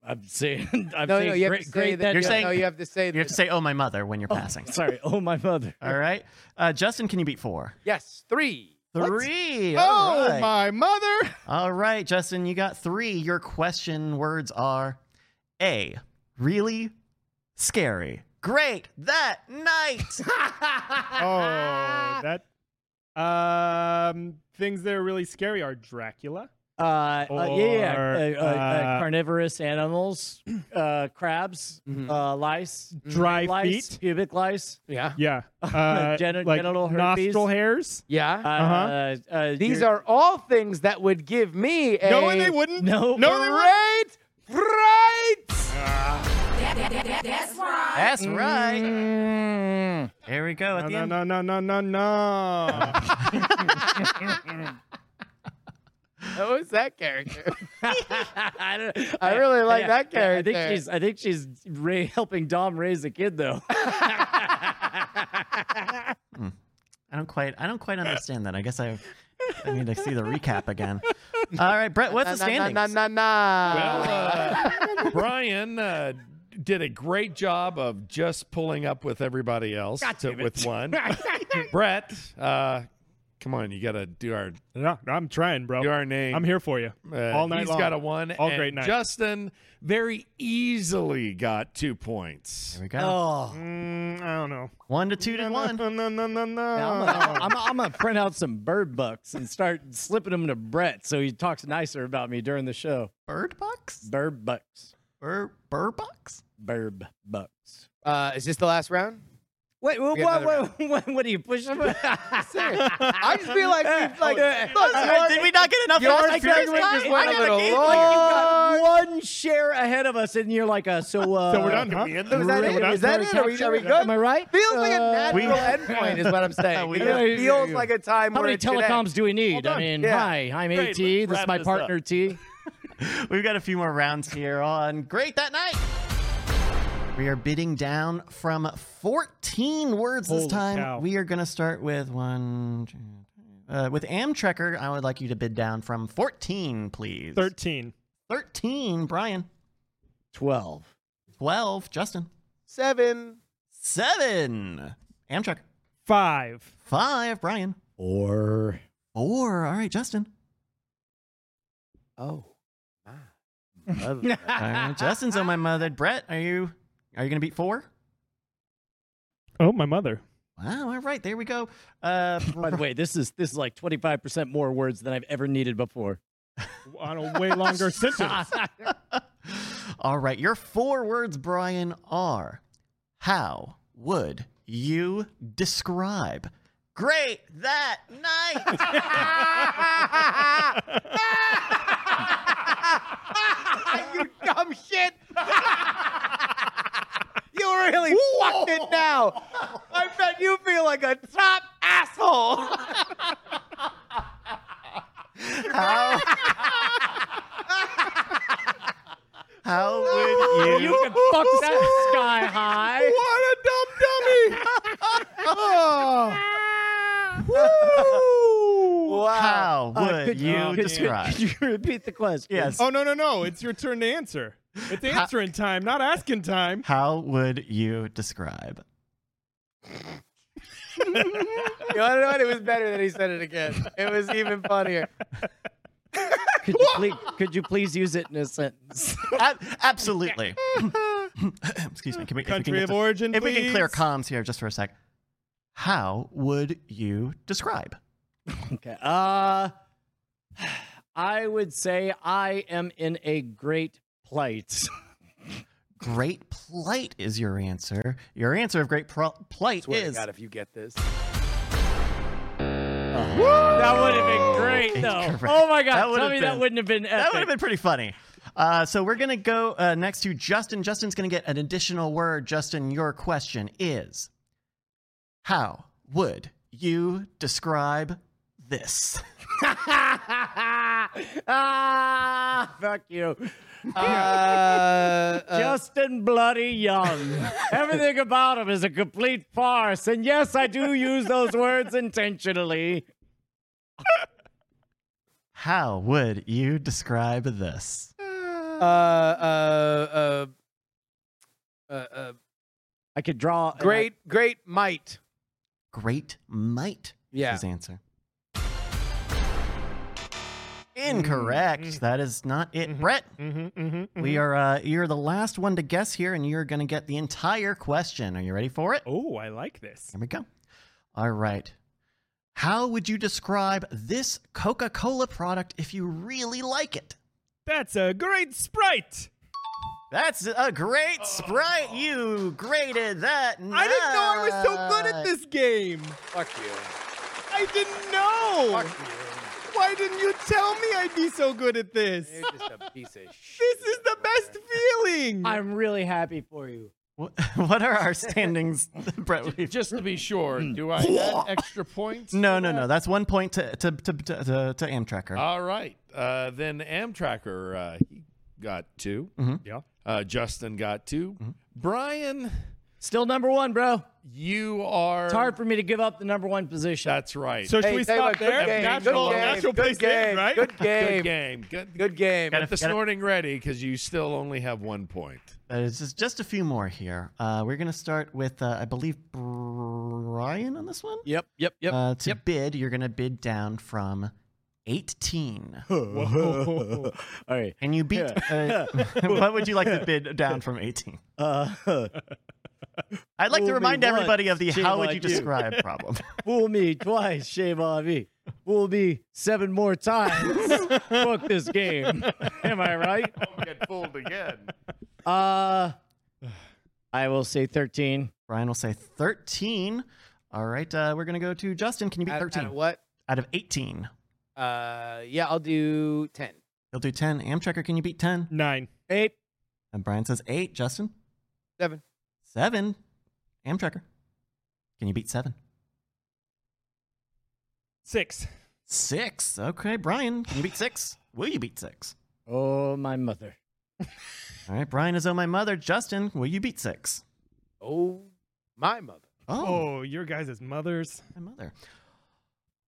S2: I'm saying. I'm
S3: No,
S2: saying
S3: no, you have
S2: great,
S3: to say
S2: great
S3: that.
S2: that.
S4: You're
S3: no,
S4: saying-
S3: no, you have to say
S4: You
S3: that-
S4: have to say, "Oh, my mother," when you're passing.
S2: Sorry. Oh, my mother.
S4: All right. Uh, Justin, can you beat four?
S3: yes, three.
S4: Three.
S8: Oh
S4: All right.
S8: my mother!
S4: All right, Justin, you got three. Your question words are A, really scary. Great that night.
S7: Oh, that. Um, things that are really scary are Dracula.
S2: Uh, uh, yeah, yeah.
S7: Or,
S2: Uh, uh, uh,
S7: uh,
S2: carnivorous animals, uh, crabs,
S3: Mm-hmm.
S2: uh, lice,
S7: Dry
S2: lice,
S7: feet.
S2: pubic lice.
S3: Yeah,
S7: Yeah. Uh,
S2: Geni-
S7: like
S2: genital herpes.
S7: nostril hairs.
S2: Uh,
S3: yeah.
S7: Uh-huh.
S2: uh uh,
S3: These
S2: your-
S3: are all things that would give me a
S8: No, and they wouldn't.
S2: no.
S8: no, they wouldn't.
S3: great fright.
S4: That's right.
S2: Mm.
S4: There we go. At
S7: No,
S4: the
S7: no,
S4: end.
S7: no, no, no, no, no.
S3: Who is that character?
S2: I, don't-
S3: I really like that
S2: yeah, I
S3: character.
S2: think she's. I think she's ra- helping Dom raise a kid, though.
S4: I don't quite I don't quite understand that. I guess I I need to see the recap again. All right, Brett, what's the
S3: na,
S4: standings?
S3: na, na, na, na.
S1: Well, uh, Brian uh, did a great job of just pulling up with everybody else to- with one. Brett, uh, come on, you got to do our
S7: no, no, I'm trying, bro.
S1: do our name.
S7: I'm here for you.
S1: Uh,
S7: All night long.
S1: He's got a one.
S7: All
S1: and
S7: great night.
S1: Justin very easily got two points.
S4: There we go.
S2: oh,
S7: Mm, I don't know.
S4: One to two to one.
S7: No, no, no, no, no.
S2: Now, I'm, gonna, I'm, I'm gonna print out some bird bucks and start slipping them to Brett so he talks nicer about me during the show.
S4: Bird box?
S2: Bird bucks,
S4: Bird bird box?
S2: bird bucks.
S3: Uh, is this the last round?
S2: Wait, whoa,
S3: We
S2: whoa,
S3: got
S2: whoa, what, what are you pushing?
S3: I just feel like
S2: Eh,
S3: we've like
S2: oh,
S3: look,
S4: Uh, Did we not get enough?
S3: You're
S4: Fast
S3: like
S4: and Furious
S3: that
S4: time?
S3: just
S4: I
S3: went a
S4: got
S3: little
S4: game.
S2: One share ahead of us, and you're like, uh, so, uh,
S7: so we're done, huh?
S3: is that it? Is that it? Are we, are we good?
S2: Am I right?
S3: Feels like a
S2: Uh,
S3: natural endpoint is what I'm saying.
S4: We-
S3: it feels like a time
S2: How
S3: where
S2: many
S3: it's gonna
S2: telecoms
S3: end.
S2: do we need? I
S1: done.
S2: mean,
S3: Yeah.
S2: hi, I'm AT.
S1: Great, let's
S2: This is
S1: wrap
S2: my
S1: this
S2: partner T.
S4: We've got a few more rounds here on Great That Night. We are bidding down from 14 words
S7: Holy
S4: this time.
S7: cow.
S4: We are going to start with one. two, three. Uh, with Amtrekker, I would like you to bid down from 14, please.
S7: 13.
S4: 13, Brian.
S2: Twelve.
S4: 12, Justin.
S3: Seven.
S4: 7, Amtrekker.
S7: Five.
S4: 5, Brian.
S2: Or
S4: 4, all right, Justin.
S3: Oh. my.
S4: All right, Uh, Justin's on my mother. Brett, are you are you going to beat 4?
S7: Oh, my mother.
S4: Wow, all right, there we go. Uh,
S2: By the way, this is this is like 25% more words than I've ever needed before.
S7: On a way longer sentence.
S4: All right, your four words, Brian, are how would you describe great that night?
S3: you dumb shit. you really fucked it now. I bet you feel like a top asshole.
S4: how, how would
S3: Oh,
S4: you?
S2: You can fuck that sky high.
S3: what a dumb dummy. Wow. Oh,
S4: How
S2: Uh,
S4: would
S2: could-
S4: you
S2: could- could-
S4: describe?
S2: Could, you repeat the question?
S4: yes.
S7: oh, no, no, no. It's your turn to answer. It's answering time, not asking time.
S4: How would you describe?
S3: You want to know what? It was better that he said it again. It was even funnier.
S2: Could you, please, could you please use it in a sentence?
S4: Ab- absolutely. Excuse me. Can we, if we can
S7: Country
S4: get
S7: of
S4: to-
S7: origin,
S4: If we can clear
S7: please.
S4: comms here just for a sec. How would you describe?
S2: Okay. Uh, I would say I am in a great plight.
S4: Great plight is your answer. Your answer of great pro- plight
S3: Swear to
S4: is
S3: God, if you get this.
S2: That would have been great, though.
S4: Incorrect.
S2: Oh my
S4: That
S2: God!
S4: would
S2: Tell
S4: have
S2: me
S4: been-
S2: that wouldn't have been epic.
S4: that would have been pretty funny. Uh, so we're gonna go uh, next to Justin. Justin's gonna get an additional word. Justin, your question is: How would you describe this?
S2: ah, fuck you.
S3: Uh, uh,
S2: Justin Bloody Young. Everything about him is a complete farce. And yes, I do use those words intentionally.
S4: How would you describe this?
S3: uh, uh, uh, uh, uh,
S2: I could draw. and I-
S3: great, great might.
S4: Great might
S3: Yeah.
S4: his answer. Incorrect.
S8: Mm-hmm.
S4: That is not it. Brett, we are uh, you're the last one to guess here, and you're gonna get the entire question. Are you ready for it?
S7: Oh, I like this.
S4: Here we go. All right. How would you describe this Coca-Cola product if you really like it?
S7: That's a great sprite.
S4: That's a great sprite. You graded that.
S8: Oh. I didn't know I was so good at this game.
S3: Fuck you.
S8: I didn't know. Why didn't you tell me I'd be so good at this?
S3: You're just a piece of shit.
S8: This is the best feeling.
S2: I'm really happy for you.
S4: Wh- What are our standings, Brett? We've-
S1: Just to be sure, do I add extra points?
S4: No, no, no. That's one point to to to to, to, to Amtracker.
S1: All right. Uh, then Amtracker uh, he got 2
S4: Mm-hmm.
S7: Yeah.
S1: Uh, Justin got 2 Brian,
S2: Still number one, bro.
S1: you are.
S2: It's hard for me to give up the number one position.
S1: That's right.
S7: So should
S3: Hey,
S7: we
S3: tell you
S7: stop
S3: what, good
S7: there?
S3: game,
S7: natural,
S3: good game,
S7: natural
S3: good
S7: place to end,
S3: game,
S7: right?
S3: Good
S1: good game.
S3: game.
S1: Good,
S3: Good game.
S1: Get the snorting ready because you still only have one point.
S4: Uh, it's just just a few more here. Uh, we're gonna start with uh, I believe Brian on this one.
S2: Yep, yep, yep.
S4: Uh, to bid, you're gonna bid down from eighteen.
S2: All right.
S4: Can you beat? Uh, what would you like to bid down from eighteen?
S2: Uh,
S4: I'd like
S2: Fool
S4: to
S2: me
S4: remind everybody
S2: once,
S4: of the
S2: shame
S4: how would
S2: on
S4: you
S2: you.
S4: describe problem.
S2: fool me twice, shame on me. Fool me seven more times. Fuck this game. Am I right?
S1: Get fooled again.
S2: Uh, I will say 13.
S4: Brian will say thirteen. All right, uh, we're gonna go to Justin. Can you beat
S3: Out- out of
S4: thirteen
S3: What?
S4: out of eighteen?
S3: Uh, yeah, I'll do ten.
S4: He'll do ten. Amtracker, can you beat ten?
S7: Nine.
S2: Eight.
S4: And Brian says eight. Justin,
S3: Seven.
S4: seven. Amtracker, can you beat seven?
S7: Six.
S4: Six. Okay, Brian, can you beat six? Will you beat six?
S2: Oh, my mother.
S4: All right, Brian is oh my mother. Justin, will you beat six?
S3: Oh, my mother.
S4: Oh,
S7: Oh, your guys' mothers.
S4: my mother.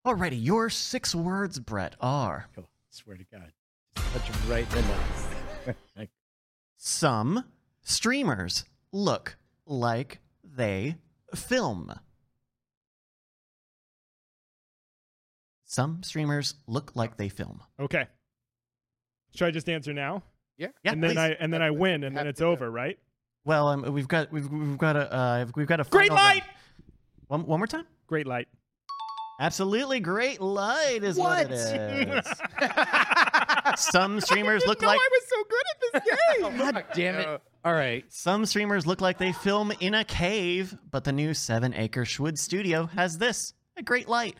S4: Alrighty, your six words, Brett, are
S2: Oh, swear to God. Touch him right in the nuts.
S4: some streamers look like they film. Some streamers look like they film.
S7: Okay. Should I just answer now?
S3: Yeah.
S4: Yeah,
S7: and then
S4: please.
S7: I and then I win, and then
S3: Have
S7: it's
S3: to go.
S7: over, right?
S4: Well, um, we've got we've, we've got a uh, we've got a
S7: Great
S4: final round. One one more time.
S7: Great light.
S4: Absolutely great light is what, it is. some streamers look like
S3: Oh,
S2: God damn it. All right.
S4: some streamers look like they film in a cave, but the new Seven Acre Schwood studio has this a great light.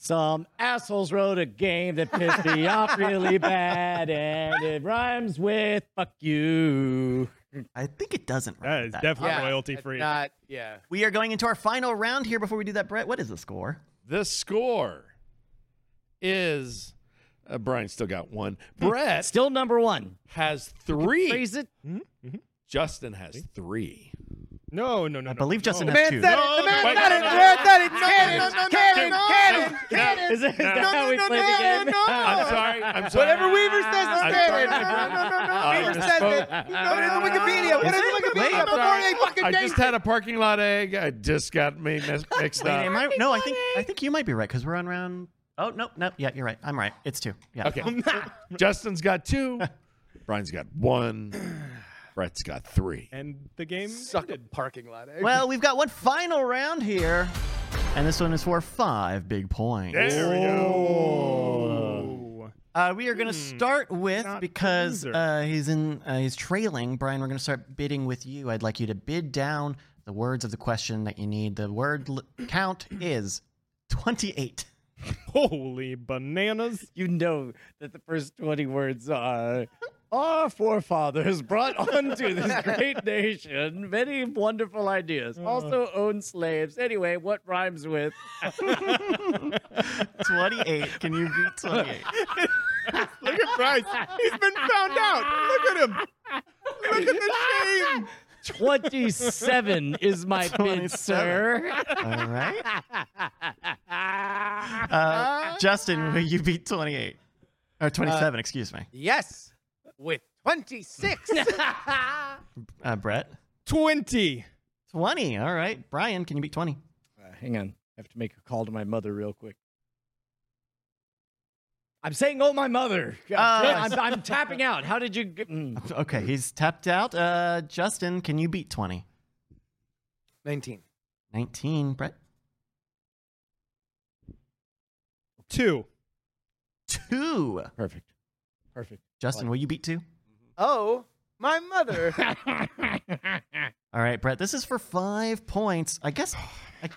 S2: Some assholes wrote a game that pissed me off really bad, and it rhymes with fuck you.
S4: I think it doesn't.
S7: That
S4: rhyme
S7: is
S4: with
S7: definitely
S3: Yeah,
S7: royalty
S3: that's
S7: free.
S3: Not yeah.
S4: We are going into our final round here. Before we do that, Brett, what is the score?
S1: The score is. Uh, Brian still got one. Brett
S2: Still number one.
S1: has three.
S2: Phrase it.
S1: Justin has three.
S7: No, no, no. Oh.
S4: I believe Justin
S3: The
S4: has
S3: man
S4: two.
S3: said it. The man said it. The man said it. Cannon. Cannon. Cannon. Cannon.
S2: Is, it, is that how we play the game?
S1: I'm sorry. I'm sorry.
S3: Whatever Weaver says is
S1: I'm sorry,
S3: canon.
S1: my friend.
S3: No, no, no, no.
S1: I
S3: Weaver
S1: just
S3: says
S1: spoke-
S3: it. Put it in the Wikipedia. Put it in the
S1: Wait,
S3: Wikipedia
S1: I'm
S3: before
S1: sorry.
S3: they fucking
S1: I
S3: name
S1: just had a parking lot egg. I just got me mis- mixed
S4: Wait, am
S1: up.
S4: I- no, I think I think you might be right because we're on round. Oh no, no, yeah, you're right. I'm right. It's two. Yeah.
S1: Okay. Justin's got two. Brian's got one. Brett's got three.
S7: And the game.
S3: Suck a parking lot. eh? egg.
S4: Well, we've got one final round here, and this one is for five big points.
S1: There we go.
S7: Oh.
S4: Uh, we are going to start with
S7: not
S4: because
S7: loser.
S4: uh, he's in uh, he's trailing Brian. We're going to start bidding with you. I'd like you to bid down the words of the question that you need. The word l- count is twenty eight.
S7: Holy bananas.
S2: You know that the first 20 words are Our forefathers brought onto this great nation many wonderful ideas. Also owned slaves. Anyway, what rhymes with
S4: 28. Can you beat 28?
S8: Look at Bryce. He's been found out. Look at him. Look at the shame.
S2: 27 is my bid, sir.
S4: All right. Uh, Justin, will you beat Uh, 28? Or 27, excuse me.
S3: Yes, with 26.
S4: Uh, Brett?
S7: 20.
S4: 20. All right. Brian, can you beat 20?
S2: Uh, hang on. I have to make a call to my mother real quick. I'm saying, oh, my mother.
S4: Ah,
S2: I'm, I'm tapping out. How did you. Get, mm.
S4: Okay, he's tapped out. Uh, Justin, can you beat 20?
S3: 19.
S4: 19. Brett?
S7: Two.
S4: 2.
S2: Perfect. Perfect.
S4: Justin, will you beat 2?
S3: Oh, my mother.
S4: All right, Brett, this is for five points. I guess. I,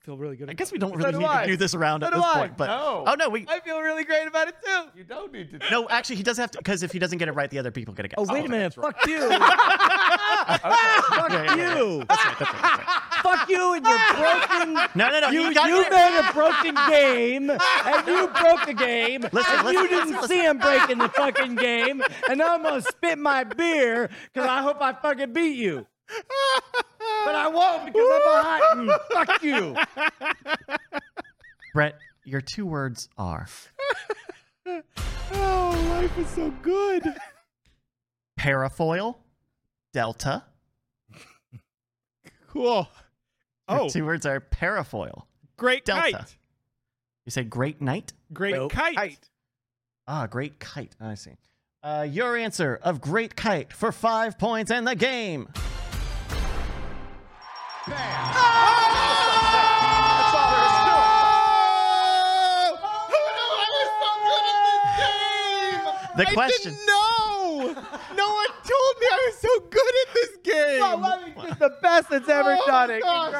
S7: Feel really good.
S4: I
S7: about
S4: guess we don't
S3: So
S4: really
S3: do
S4: need
S3: I.
S4: to do this round
S3: So
S4: at
S3: do
S4: this
S3: I.
S4: point. But
S8: No.
S4: oh no, we
S3: I feel really great about it too.
S8: You don't need to.
S4: no actually he does have to because if he doesn't get it right, the other people get it.
S2: Oh, wait a minute. Fuck you.
S4: Yeah, yeah,
S2: Fuck
S4: yeah.
S2: you. Fuck you and your broken.
S4: No, no, no.
S2: You,
S4: he got
S2: you
S4: it.
S2: made a broken game, and you broke the game,
S4: Listen,
S2: and
S4: listen,
S2: you didn't
S4: listen,
S2: see him breaking the fucking game, and I'm gonna spit my beer because I hope I fucking beat you. But I won't because I'm a hot. Fuck you.
S4: Brett, your two words are
S7: Oh, life is so good.
S4: parafoil, delta.
S7: Cool.
S4: Your
S7: Oh,
S4: two words are parafoil.
S7: great
S4: Delta.
S7: kite.
S4: You say great night?
S7: Great kite.
S4: Ah, great kite. I see. Uh, your answer of great kite for five points and the game. The question.
S8: No! No one told me I was so good at this game!
S3: Oh, I mean, just the best that's ever
S8: Oh,
S3: done
S8: my
S3: it.
S8: gosh.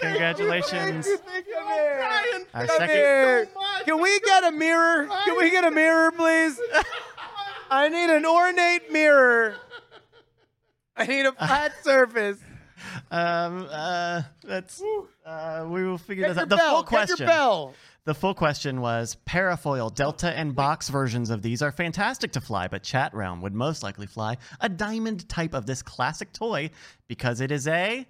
S3: Congratulations.
S8: Okay.
S4: Congratulations.
S8: Thank you,
S3: Come here.
S8: Brian.
S4: Our
S8: Thank
S4: second-
S8: you
S3: Here.
S8: so much.
S3: Can we get a mirror? Can we get a mirror, please? I need an ornate mirror. I need a flat surface.
S4: Um, uh, that's. Uh, we will figure
S3: Get
S4: this
S3: your
S4: out. The
S3: bell.
S4: full
S3: Get your
S4: question.
S3: bell.
S4: The full question was parafoil, delta, and box versions of these are fantastic to fly, but Chat Realm would most likely fly a diamond type of this classic toy because it is a.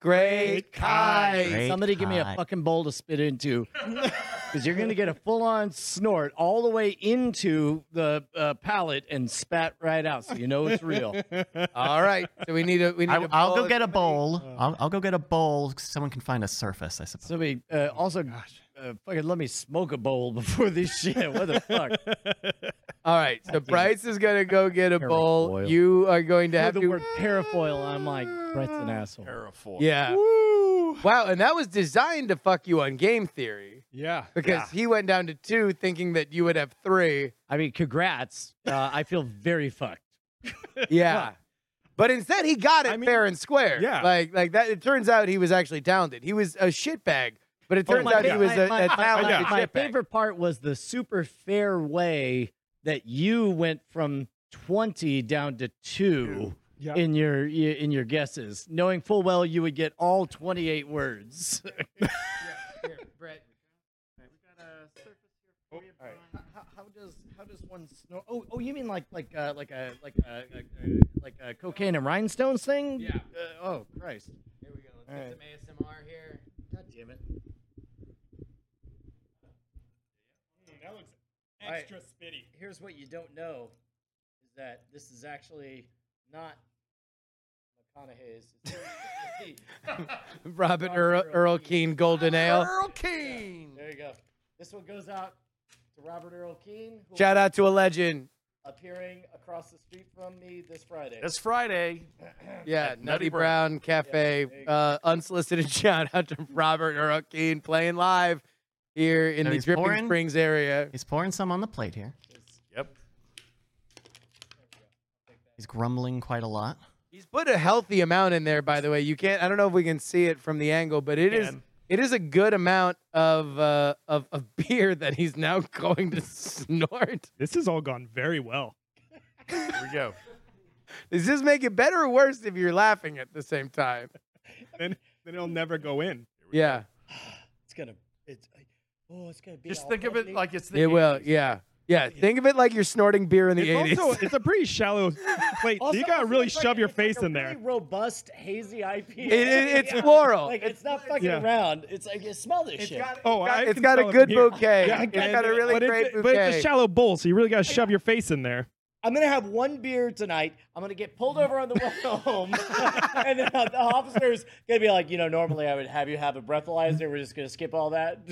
S3: Great kite.
S4: Great
S2: Somebody give me a
S4: kite.
S2: fucking bowl to spit into. Because you're going to get a full on snort all the way into the uh, palate and spat right out. So you know it's real.
S3: All right. So we need a we need
S4: I,
S3: a
S4: I'll go
S3: bullet. Oh.
S4: get a bowl. I'll, I'll go get a bowl. Someone can find a surface, I suppose.
S2: Somebody uh, also uh, fucking let me smoke a bowl before this shit. What the fuck?
S3: All right. So Bryce is gonna go get a bowl.
S2: Parafoil.
S3: You are going to
S2: I
S3: have
S2: have the
S3: to
S2: word parafoil. I'm like, Brett's an asshole.
S1: Parafoil.
S3: Yeah. Wow, and that was designed to fuck you on game theory
S7: Yeah.
S3: because he went down to two thinking that you would have three.
S2: I mean, congrats. Uh, I feel very fucked.
S3: Yeah. But instead, he got it
S7: I mean,
S3: fair and square.
S7: yeah.
S3: like like that. It turns out he was actually talented. He was a shitbag, but it
S4: Oh
S3: turns
S4: my
S3: out
S4: God.
S3: he was a,
S4: My-
S3: a
S4: my- my-
S3: talented
S7: yeah.
S2: My
S3: shitbag.
S2: favorite part was the super fair way that you went from 20 down to two
S7: Yeah.
S2: in your in your guesses, knowing full well you would get all 28 words. How, how does how does one snort? Oh, oh, you mean like like uh, like a like a, a, a like a cocaine and rhinestones thing? Yeah. Uh, oh Christ. Here we go. Let's get some ASMR here. God damn it. That looks extra spitty. Here's what you don't know: is that this is actually not McConaughey's. It's
S3: Robert Earl, Earl Keen Golden Ale.
S2: there you go. This one goes out to Robert Earl Keane, who
S3: Shout out to a legend.
S2: appearing across the street from me this Friday.
S1: It's Friday.
S3: Yeah, Nutty,
S1: Nutty
S3: Brown, Cafe. uh, unsolicited shout out to Robert Earl Keen playing live here in
S4: So
S3: the
S4: he's
S3: Dripping
S4: pouring?
S3: Springs area.
S4: He's pouring some on the plate here.
S1: Yep.
S4: He's grumbling quite a lot.
S3: He's put a healthy amount in there, by the way. You can't. I don't know if we can see it from the angle, but it is.
S7: Can.
S3: It is a good amount of uh, of of beer that he's now going to snort.
S7: This has all gone very well.
S1: Here we go.
S3: Does this make it better or worse if you're laughing at the same time?
S7: then, then it'll never go in.
S3: Yeah.
S2: It's gonna. It's. Oh, it's gonna be.
S1: Just think of it like it's the
S3: It will.
S1: 80s.
S3: Yeah. Yeah. Think of it like you're snorting beer in the
S7: It's
S3: 80s.
S7: also it's a pretty shallow plate. so you gotta really shove your face in there.
S2: robust hazy IPA.
S3: It- it- it's floral.
S2: Like it's not fucking
S7: Yeah.
S2: around. It's like you smell this shit.
S7: oh, I
S3: it's
S7: can
S3: got a
S7: smell it
S3: good
S7: from here.
S3: bouquet. It's
S7: and-
S3: got a really
S7: but it's-
S3: great
S7: But it's
S3: bouquet.
S7: a shallow bowl, so you really gotta shove your face in there.
S2: I'm gonna have one beer tonight. I'm gonna get pulled over on the way home, and then the officer's gonna be like, you know, normally I would have you have a breathalyzer. We're just gonna skip all that.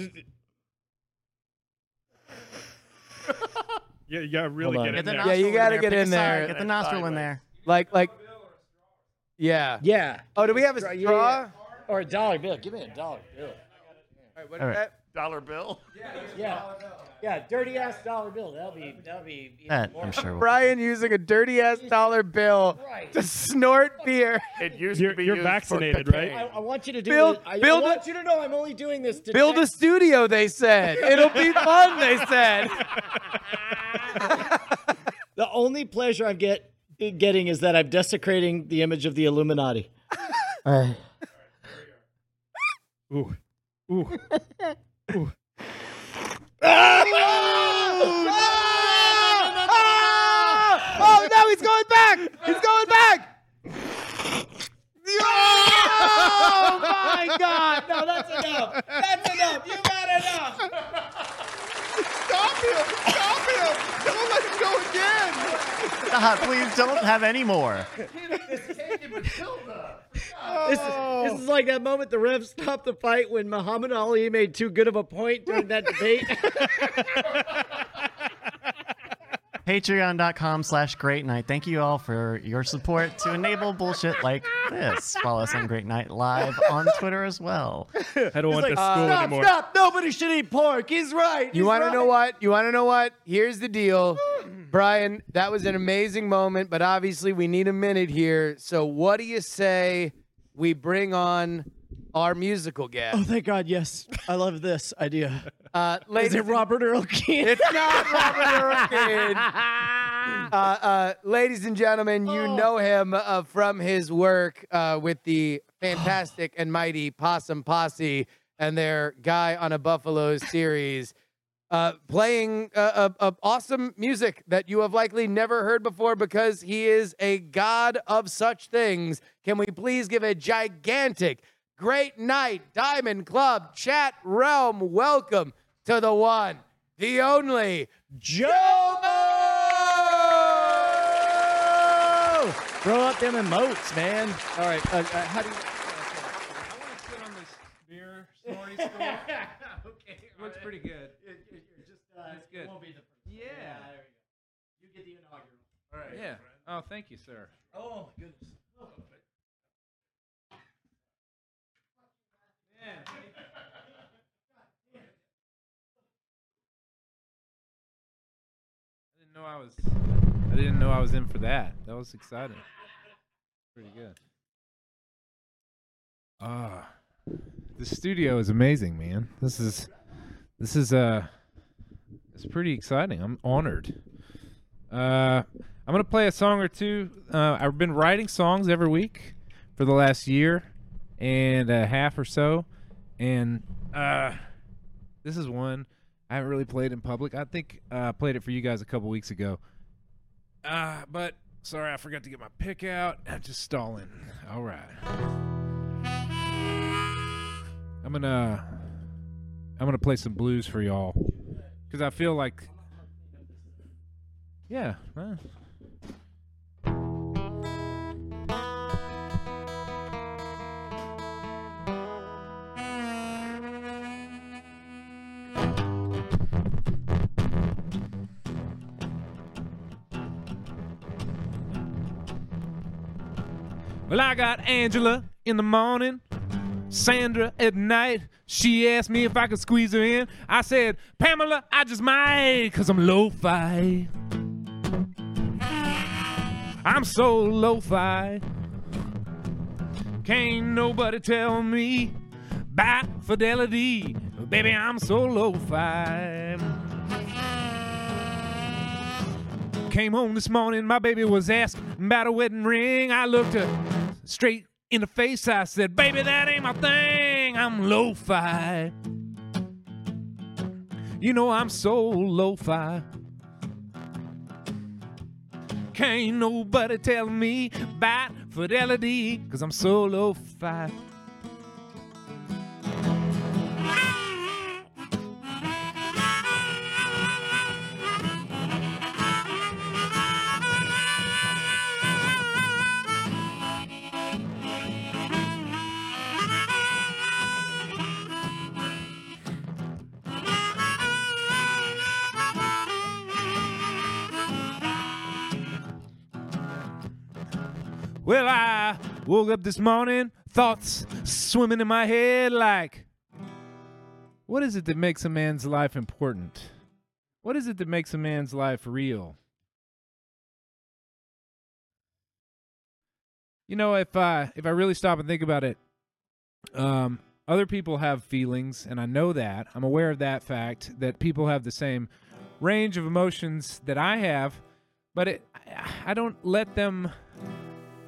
S7: Yeah, you gotta really
S2: Hold
S7: get
S2: on.
S4: Get
S7: in
S4: the
S7: there.
S3: Yeah, you
S4: nostril in
S3: gotta
S4: there.
S3: get
S4: Pick a
S3: in
S4: side,
S3: there.
S4: Get the nostril in there.
S3: like like Yeah.
S2: Yeah.
S3: Oh, do we have a straw?
S2: Yeah, yeah. Or a dollar bill. Give me a dollar bill.
S3: What
S4: All
S3: is
S4: right.
S3: that?
S1: Dollar bill.
S2: Yeah. Yeah. Dirty ass dollar bill. That'll be. That'll be. even
S4: That
S2: more-
S4: I'm sure. Will.
S3: Brian using a dirty ass dollar bill
S2: Right.
S3: to snort beer.
S1: It used
S7: You're-
S1: to be
S7: you're
S1: used for
S7: vaccinated,
S1: cocaine.
S2: I, I want you to do.
S3: Build-
S2: I,
S3: build
S2: I
S3: a-
S2: want you to know I'm only doing this to
S3: Build a
S2: text-
S3: studio, they said. It'll be fun, they said.
S2: The only pleasure I'm get getting is that I'm desecrating the image of the Illuminati.
S7: Ooh, ooh.
S3: Oh no, he's going back! He's going back!
S2: Oh my God! No, that's enough. That's enough. You've had enough.
S8: Stop him! Stop him! Don't let him go again!
S4: Ah, please don't have any more.
S2: This is, this is like that moment the ref stopped the fight when Muhammad Ali made too good of a point during that debate.
S4: Patreon.com slash Great Night. Thank you all for your support to enable bullshit like this. Follow us on Great Night Live on Twitter as well.
S7: I don't want this school anymore.
S2: Stop! Nobody should eat pork. He's right.
S3: You want to know what? You want to know what? Here's the deal. Brian, that was an amazing moment, but obviously we need a minute here. So, what do you say we bring on our musical guest?
S2: Oh, Thank God, yes. I love this idea.
S3: Uh,
S2: Is
S3: ladies
S2: it
S3: and-
S2: Robert Earl Keen?
S3: It's not Robert Irvin. Uh, uh, ladies and gentlemen, you know him uh, from his work uh, with the fantastic and mighty Possum Posse and their Guy on a Buffalo series, uh, playing uh, uh, uh, awesome music that you have likely never heard before because he is a god of such things. Can we please give a gigantic, great night, Diamond Club, chat realm welcome to the one, the only Joe Mo!
S2: Throw up them emotes, man. All right. Uh, uh, how do you?
S9: Looks pretty good. That's good. Yeah. Yeah. Oh, thank you, sir.
S2: Oh my goodness.
S9: I didn't know I was. I didn't know I was in for that. That was exciting. Pretty good. Ah, the studio is amazing, man. This is, this is uh, it's pretty exciting. I'm honored. Uh, I'm gonna play a song or two. Uh, I've been writing songs every week for the last year and a half or so, and uh, this is one I haven't really played in public. I think uh, I played it for you guys a couple weeks ago. Uh, but sorry, I forgot to get my pick out. I'm just stalling. All right. I'm gonna I'm gonna play some blues for y'all because I feel like yeah. huh. Well, I got Angela in the morning, Sandra at night. She asked me if I could squeeze her in. I said, Pamela, I just might, cause I'm lo fi. I'm so lo fi. Can't nobody tell me about fidelity. Baby, I'm so lo fi. came home this morning, my baby was asking about a wedding ring. I looked her straight in the face. I said, Baby, that ain't my thing. I'm lo fi. You know, I'm so lo fi. Can't nobody tell me about fidelity, cause I'm so lo fi. Well, I woke up this morning, thoughts swimming in my head like, what is it that makes a man's life important? What is it that makes a man's life real? You know, if I if I really stop and think about it, um, other people have feelings, and I know that. I'm aware of that fact that people have the same range of emotions that I have, but it, I- I don't let them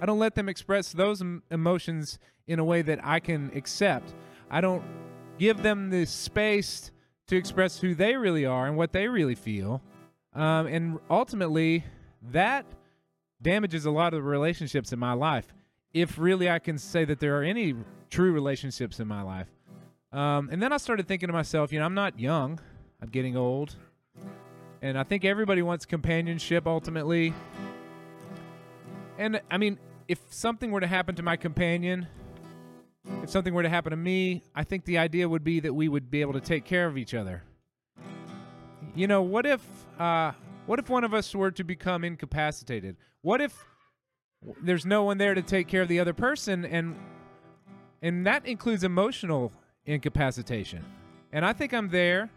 S9: I don't let them express those em- emotions in a way that I can accept. I don't give them the space to express who they really are and what they really feel. Um, and ultimately, that damages a lot of the relationships in my life. If really I can say that there are any true relationships in my life. Um, and then I started thinking to myself, you know, I'm not young, I'm getting old. And I think everybody wants companionship ultimately. And I mean, if something were to happen to my companion, if something were to happen to me, I think the idea would be that we would be able to take care of each other. You know, what if uh, what if one of us were to become incapacitated? What if there's no one there to take care of the other person and and that includes emotional incapacitation. And I think I'm there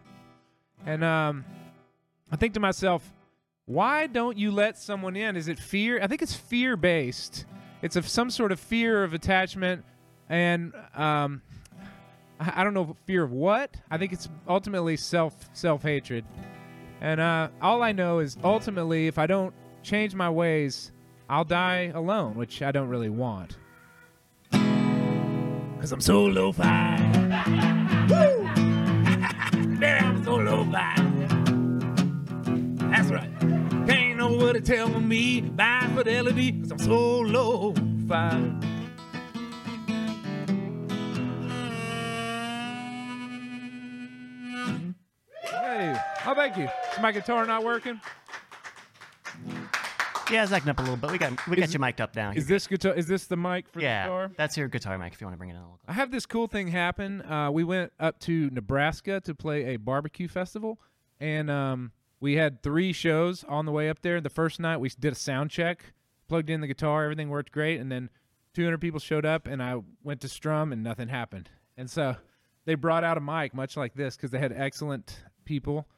S9: and um I think to myself, why don't you let someone in? Is it fear? I think it's fear based. It's of some sort of fear of attachment, and um, I I don't know fear of what. I think it's ultimately self self hatred, and uh, all I know is ultimately if I don't change my ways, I'll die alone, which I don't really want. Cause I'm so low fi. I'm so low fi. That's right. Can't nobody tell me by fidelity, cause I'm so low fi. Hey, oh, thank you. Is my guitar not working?
S4: Yeah, it's acting up a little bit. We got we got you mic'd up now.
S9: Is this guitar? Is this the mic for the
S4: yeah,
S9: guitar?
S4: that's your guitar mic. If you want to bring it in a little.
S9: I have this cool thing happen. Uh, we went up to Nebraska to play a barbecue festival, and um, we had three shows on the way up there. The first night we did a sound check, plugged in the guitar, everything worked great, and then 200 people showed up, and I went to strum, and nothing happened. And so they brought out a mic, much like this, because they had excellent people.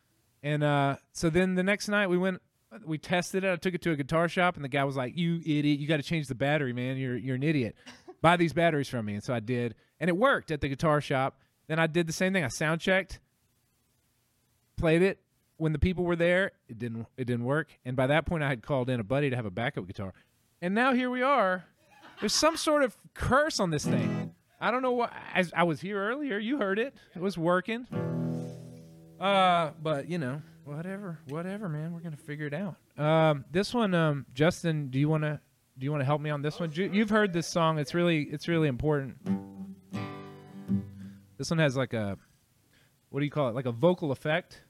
S9: And uh, so then the next night we went, we tested it. I took it to a guitar shop, and the guy was like, "You idiot! You got to change the battery, man. You're you're an idiot. Buy these batteries from me." And so I did, and it worked at the guitar shop. Then I did the same thing. I sound checked, played it. When the people were there, it didn't it didn't work. And by that point, I had called in a buddy to have a backup guitar. And now here we are. There's some sort of curse on this thing. I don't know what. I, I was here earlier. You heard it. It was working. Uh, but you know, whatever, whatever, man. We're gonna figure it out. Um, this one, um, Justin, do you wanna do you wanna help me on this one? Ju- You've heard this song. It's really it's really important. This one has like a what do you call it? Like a vocal effect.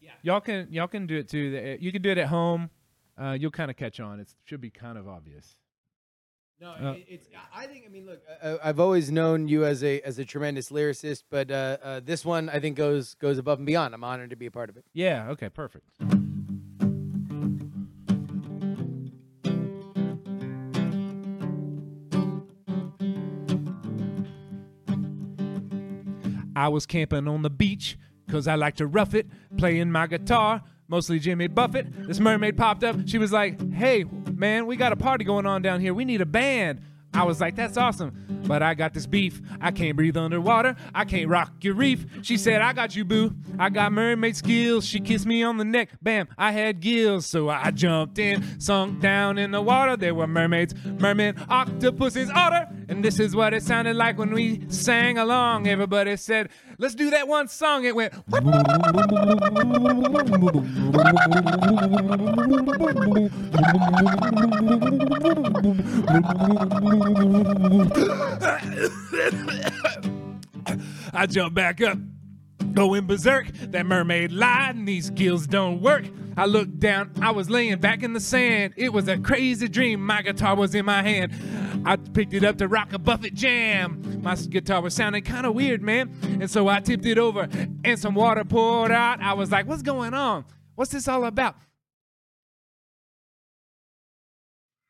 S9: Yeah. Y'all can y'all can do it too. The- You can do it at home. Uh, you'll kind of catch on. It should be kind of obvious.
S3: No,
S9: Uh,
S3: it- it's. I- I think. I mean, look, I, I- I've always known you as a as a tremendous lyricist, but uh, uh, this one I think goes goes above and beyond. I'm honored to be a part of it.
S9: Yeah. Okay. Perfect. I was camping on the beach, cause I like to rough it, playing my guitar, mostly Jimmy Buffett. This mermaid popped up. She was like, hey, man, we got a party going on down here. We need a band. I was like, that's awesome. But I got this beef. I can't breathe underwater. I can't rock your reef. She said, I got you, boo. I got mermaid skills. She kissed me on the neck. Bam, I had gills. So I jumped in, sunk down in the water. There were mermaids, mermen, octopuses, otter. And this is what it sounded like when we sang along. Everybody said, Let's do that one song. It went. I jump back up, going berserk. That mermaid lied, and these gills don't work. I looked down, I was laying back in the sand. It was a crazy dream. My guitar was in my hand. I picked it up to rock a Buffett jam. My s- guitar was sounding kind of weird, man. And so I tipped it over, and some water poured out. I was like, what's going on? What's this all about?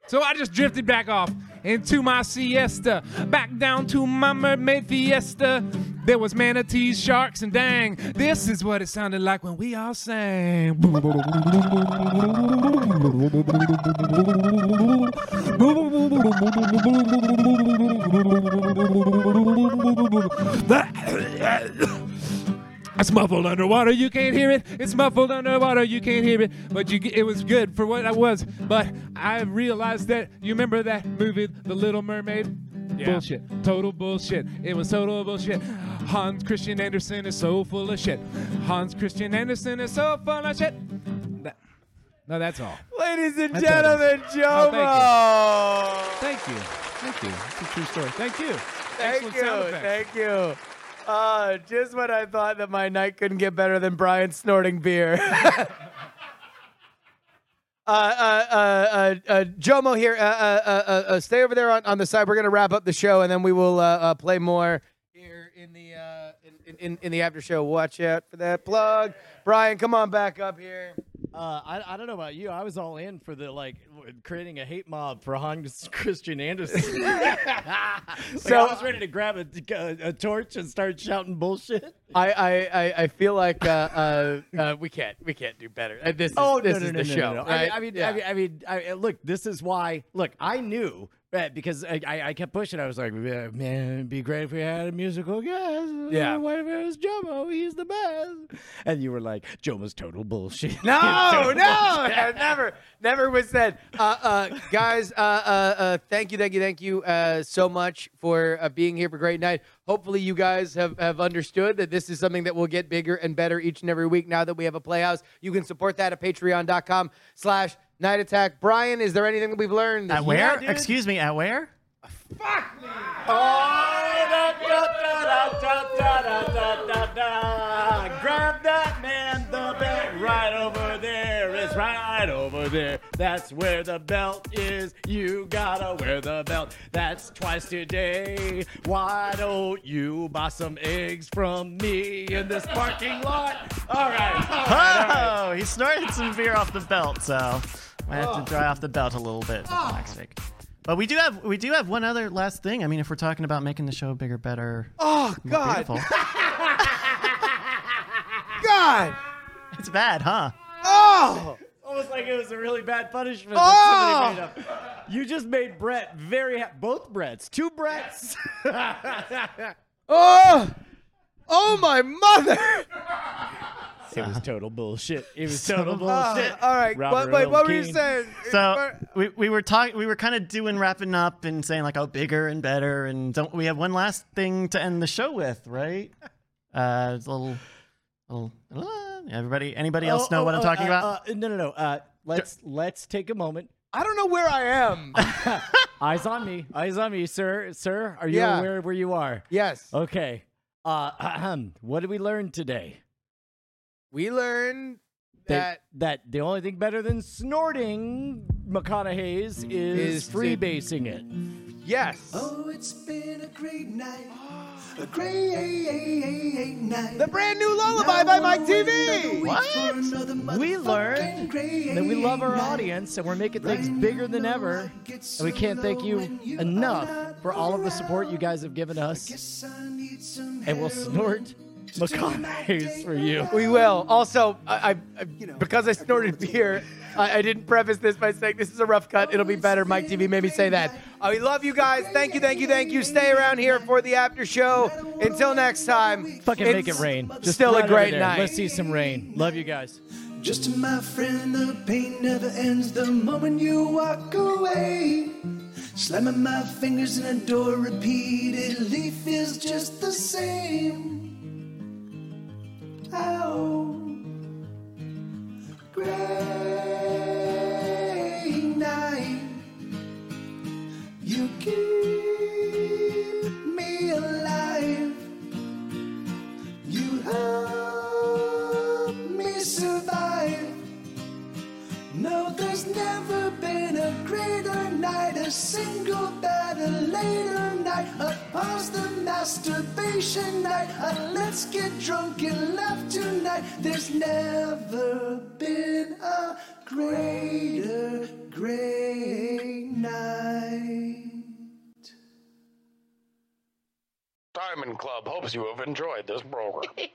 S9: So I just drifted back off into my siesta, back down to my mermaid fiesta. There was manatees, sharks, and dang, this is what it sounded like when we all sang. It's muffled underwater, you can't hear it. It's muffled underwater, you can't hear it. But you, it was good for what I was. But I realized that you remember that movie, The Little Mermaid. Bullshit. Total bullshit. It was total bullshit. Hans Christian Andersen is so full of shit. Hans Christian Andersen is so full of shit. That- no, that's all.
S8: Ladies and
S9: That's all.
S8: gentlemen, Jomo.
S9: Thank you. Thank you. It's a true story. Thank you.
S3: Thank
S9: Excellent
S3: you.
S9: sound effects.
S3: Thank you. Uh, just when I thought that my night couldn't get better than Brian snorting beer. uh, uh, uh, uh, uh, Jomo here. Uh, uh, uh, uh, uh, stay over there on, on the side. We're going to wrap up the show and then we will uh, uh, play more here in the, uh, in, in, in the after show. Watch out for that plug. Brian, come on back up here.
S2: Uh, I, I don't know about you. I was all in for the like w- creating a hate mob for Hans Christian Andersen. so I
S3: So-
S2: was ready to grab a, a, a torch and start shouting bullshit.
S3: I, I, I, I feel like uh, uh, uh, we can't we can't do better. Uh, this is,
S2: Oh,
S3: this is the show. right?
S2: I mean,
S3: Yeah.
S2: I mean, I mean, I mean, I- look, this is why. Look, I knew uh, because I, I, I kept pushing. I was like, "Yeah, man, it'd be great if we had a musical guest. Uh,
S3: Yeah.
S2: what if it was Jomo? He's the best. And you were like, Jomo's total bullshit.
S3: No,
S2: Total
S3: no, never, never was said. Uh, uh, guys, uh, uh, uh, thank you, thank you, thank you uh, so much for uh, being here for a great night. Hopefully, you guys have, have understood that this is something that will get bigger and better each and every week now that we have a playhouse. You can support that at patreon.com slash night attack. Brian, is there anything that we've learned?
S4: At where? Excuse me, at where?
S2: Grab that man, the belt right over there. It's right over there. That's where the belt is. You gotta wear the belt. That's twice today. Why don't you buy some eggs from me in this parking lot? All right. All right.
S4: Oh, he snorted some beer off the belt, so I have to dry off the belt a little bit for Black's sake. But we do have we do have one other last thing. I mean, if we're talking about making the show bigger, better,
S3: Oh,
S4: more
S3: God.
S4: beautiful,
S3: God.
S4: it's bad, huh?
S3: Oh.
S2: Almost like it was a really bad punishment.
S3: Oh!
S2: That somebody made up. You just made Brett very happy. Both Bretts. Two Bretts.
S3: Oh. Oh, my mother.
S2: It was total bullshit. It was total bullshit.
S3: all right. What,
S2: Robert
S3: wait, what
S2: Earl
S3: were you
S2: Keen.
S3: saying?
S4: So we, we were talking, we were kind of doing wrapping up and saying like, oh, bigger and better, and don't we have one last thing to end the show with, right? Uh, it's a little, little. uh, everybody, anybody else know what I'm talking
S2: uh,
S4: about?
S2: uh, no, no, no. Uh, let's let's take a moment.
S3: I don't know where I am.
S2: Eyes on me. Eyes on me, sir. Sir, are you
S3: Yeah.
S2: aware of where you are?
S3: yes.
S2: Okay. Uh, ahem. what did we learn today?
S3: We learned that
S2: that the only thing better than snorting McConaughey's is,
S3: Is to-
S2: freebasing it.
S3: yes,
S6: Oh, it's been a great night. A great night.
S3: the brand new lullaby by Mike TV.
S6: What?
S2: We learned that we love our audience and we're making things bigger than ever. And we can't thank you enough for all of the support you guys have given us. And we'll snort Makai's for you.
S3: We will. Also, I, I, I because I snorted beer, I, I didn't preface this by saying this is a rough
S6: Oh,
S3: cut. It'll be better. Mike TV made me say that. Uh, we love you guys. Thank you, thank you, thank you. Stay around here for the after show. Until next time.
S2: Fucking make it
S3: it's
S2: rain. Just
S3: still
S2: right
S3: a
S2: over
S3: great
S2: there.
S3: night.
S2: Let's see some rain. Love you guys.
S10: Just to my friend, the pain never ends the moment you walk away. Slamming my fingers in a door repeatedly feels just the same. Oh, great night. You keep me alive. You help me survive. No, there's never been a greater night, a single better later night. A pause the masturbation night. A let's get drunk and laugh tonight. There's never been a greater, great night.
S11: Diamond Club hopes you have enjoyed this program.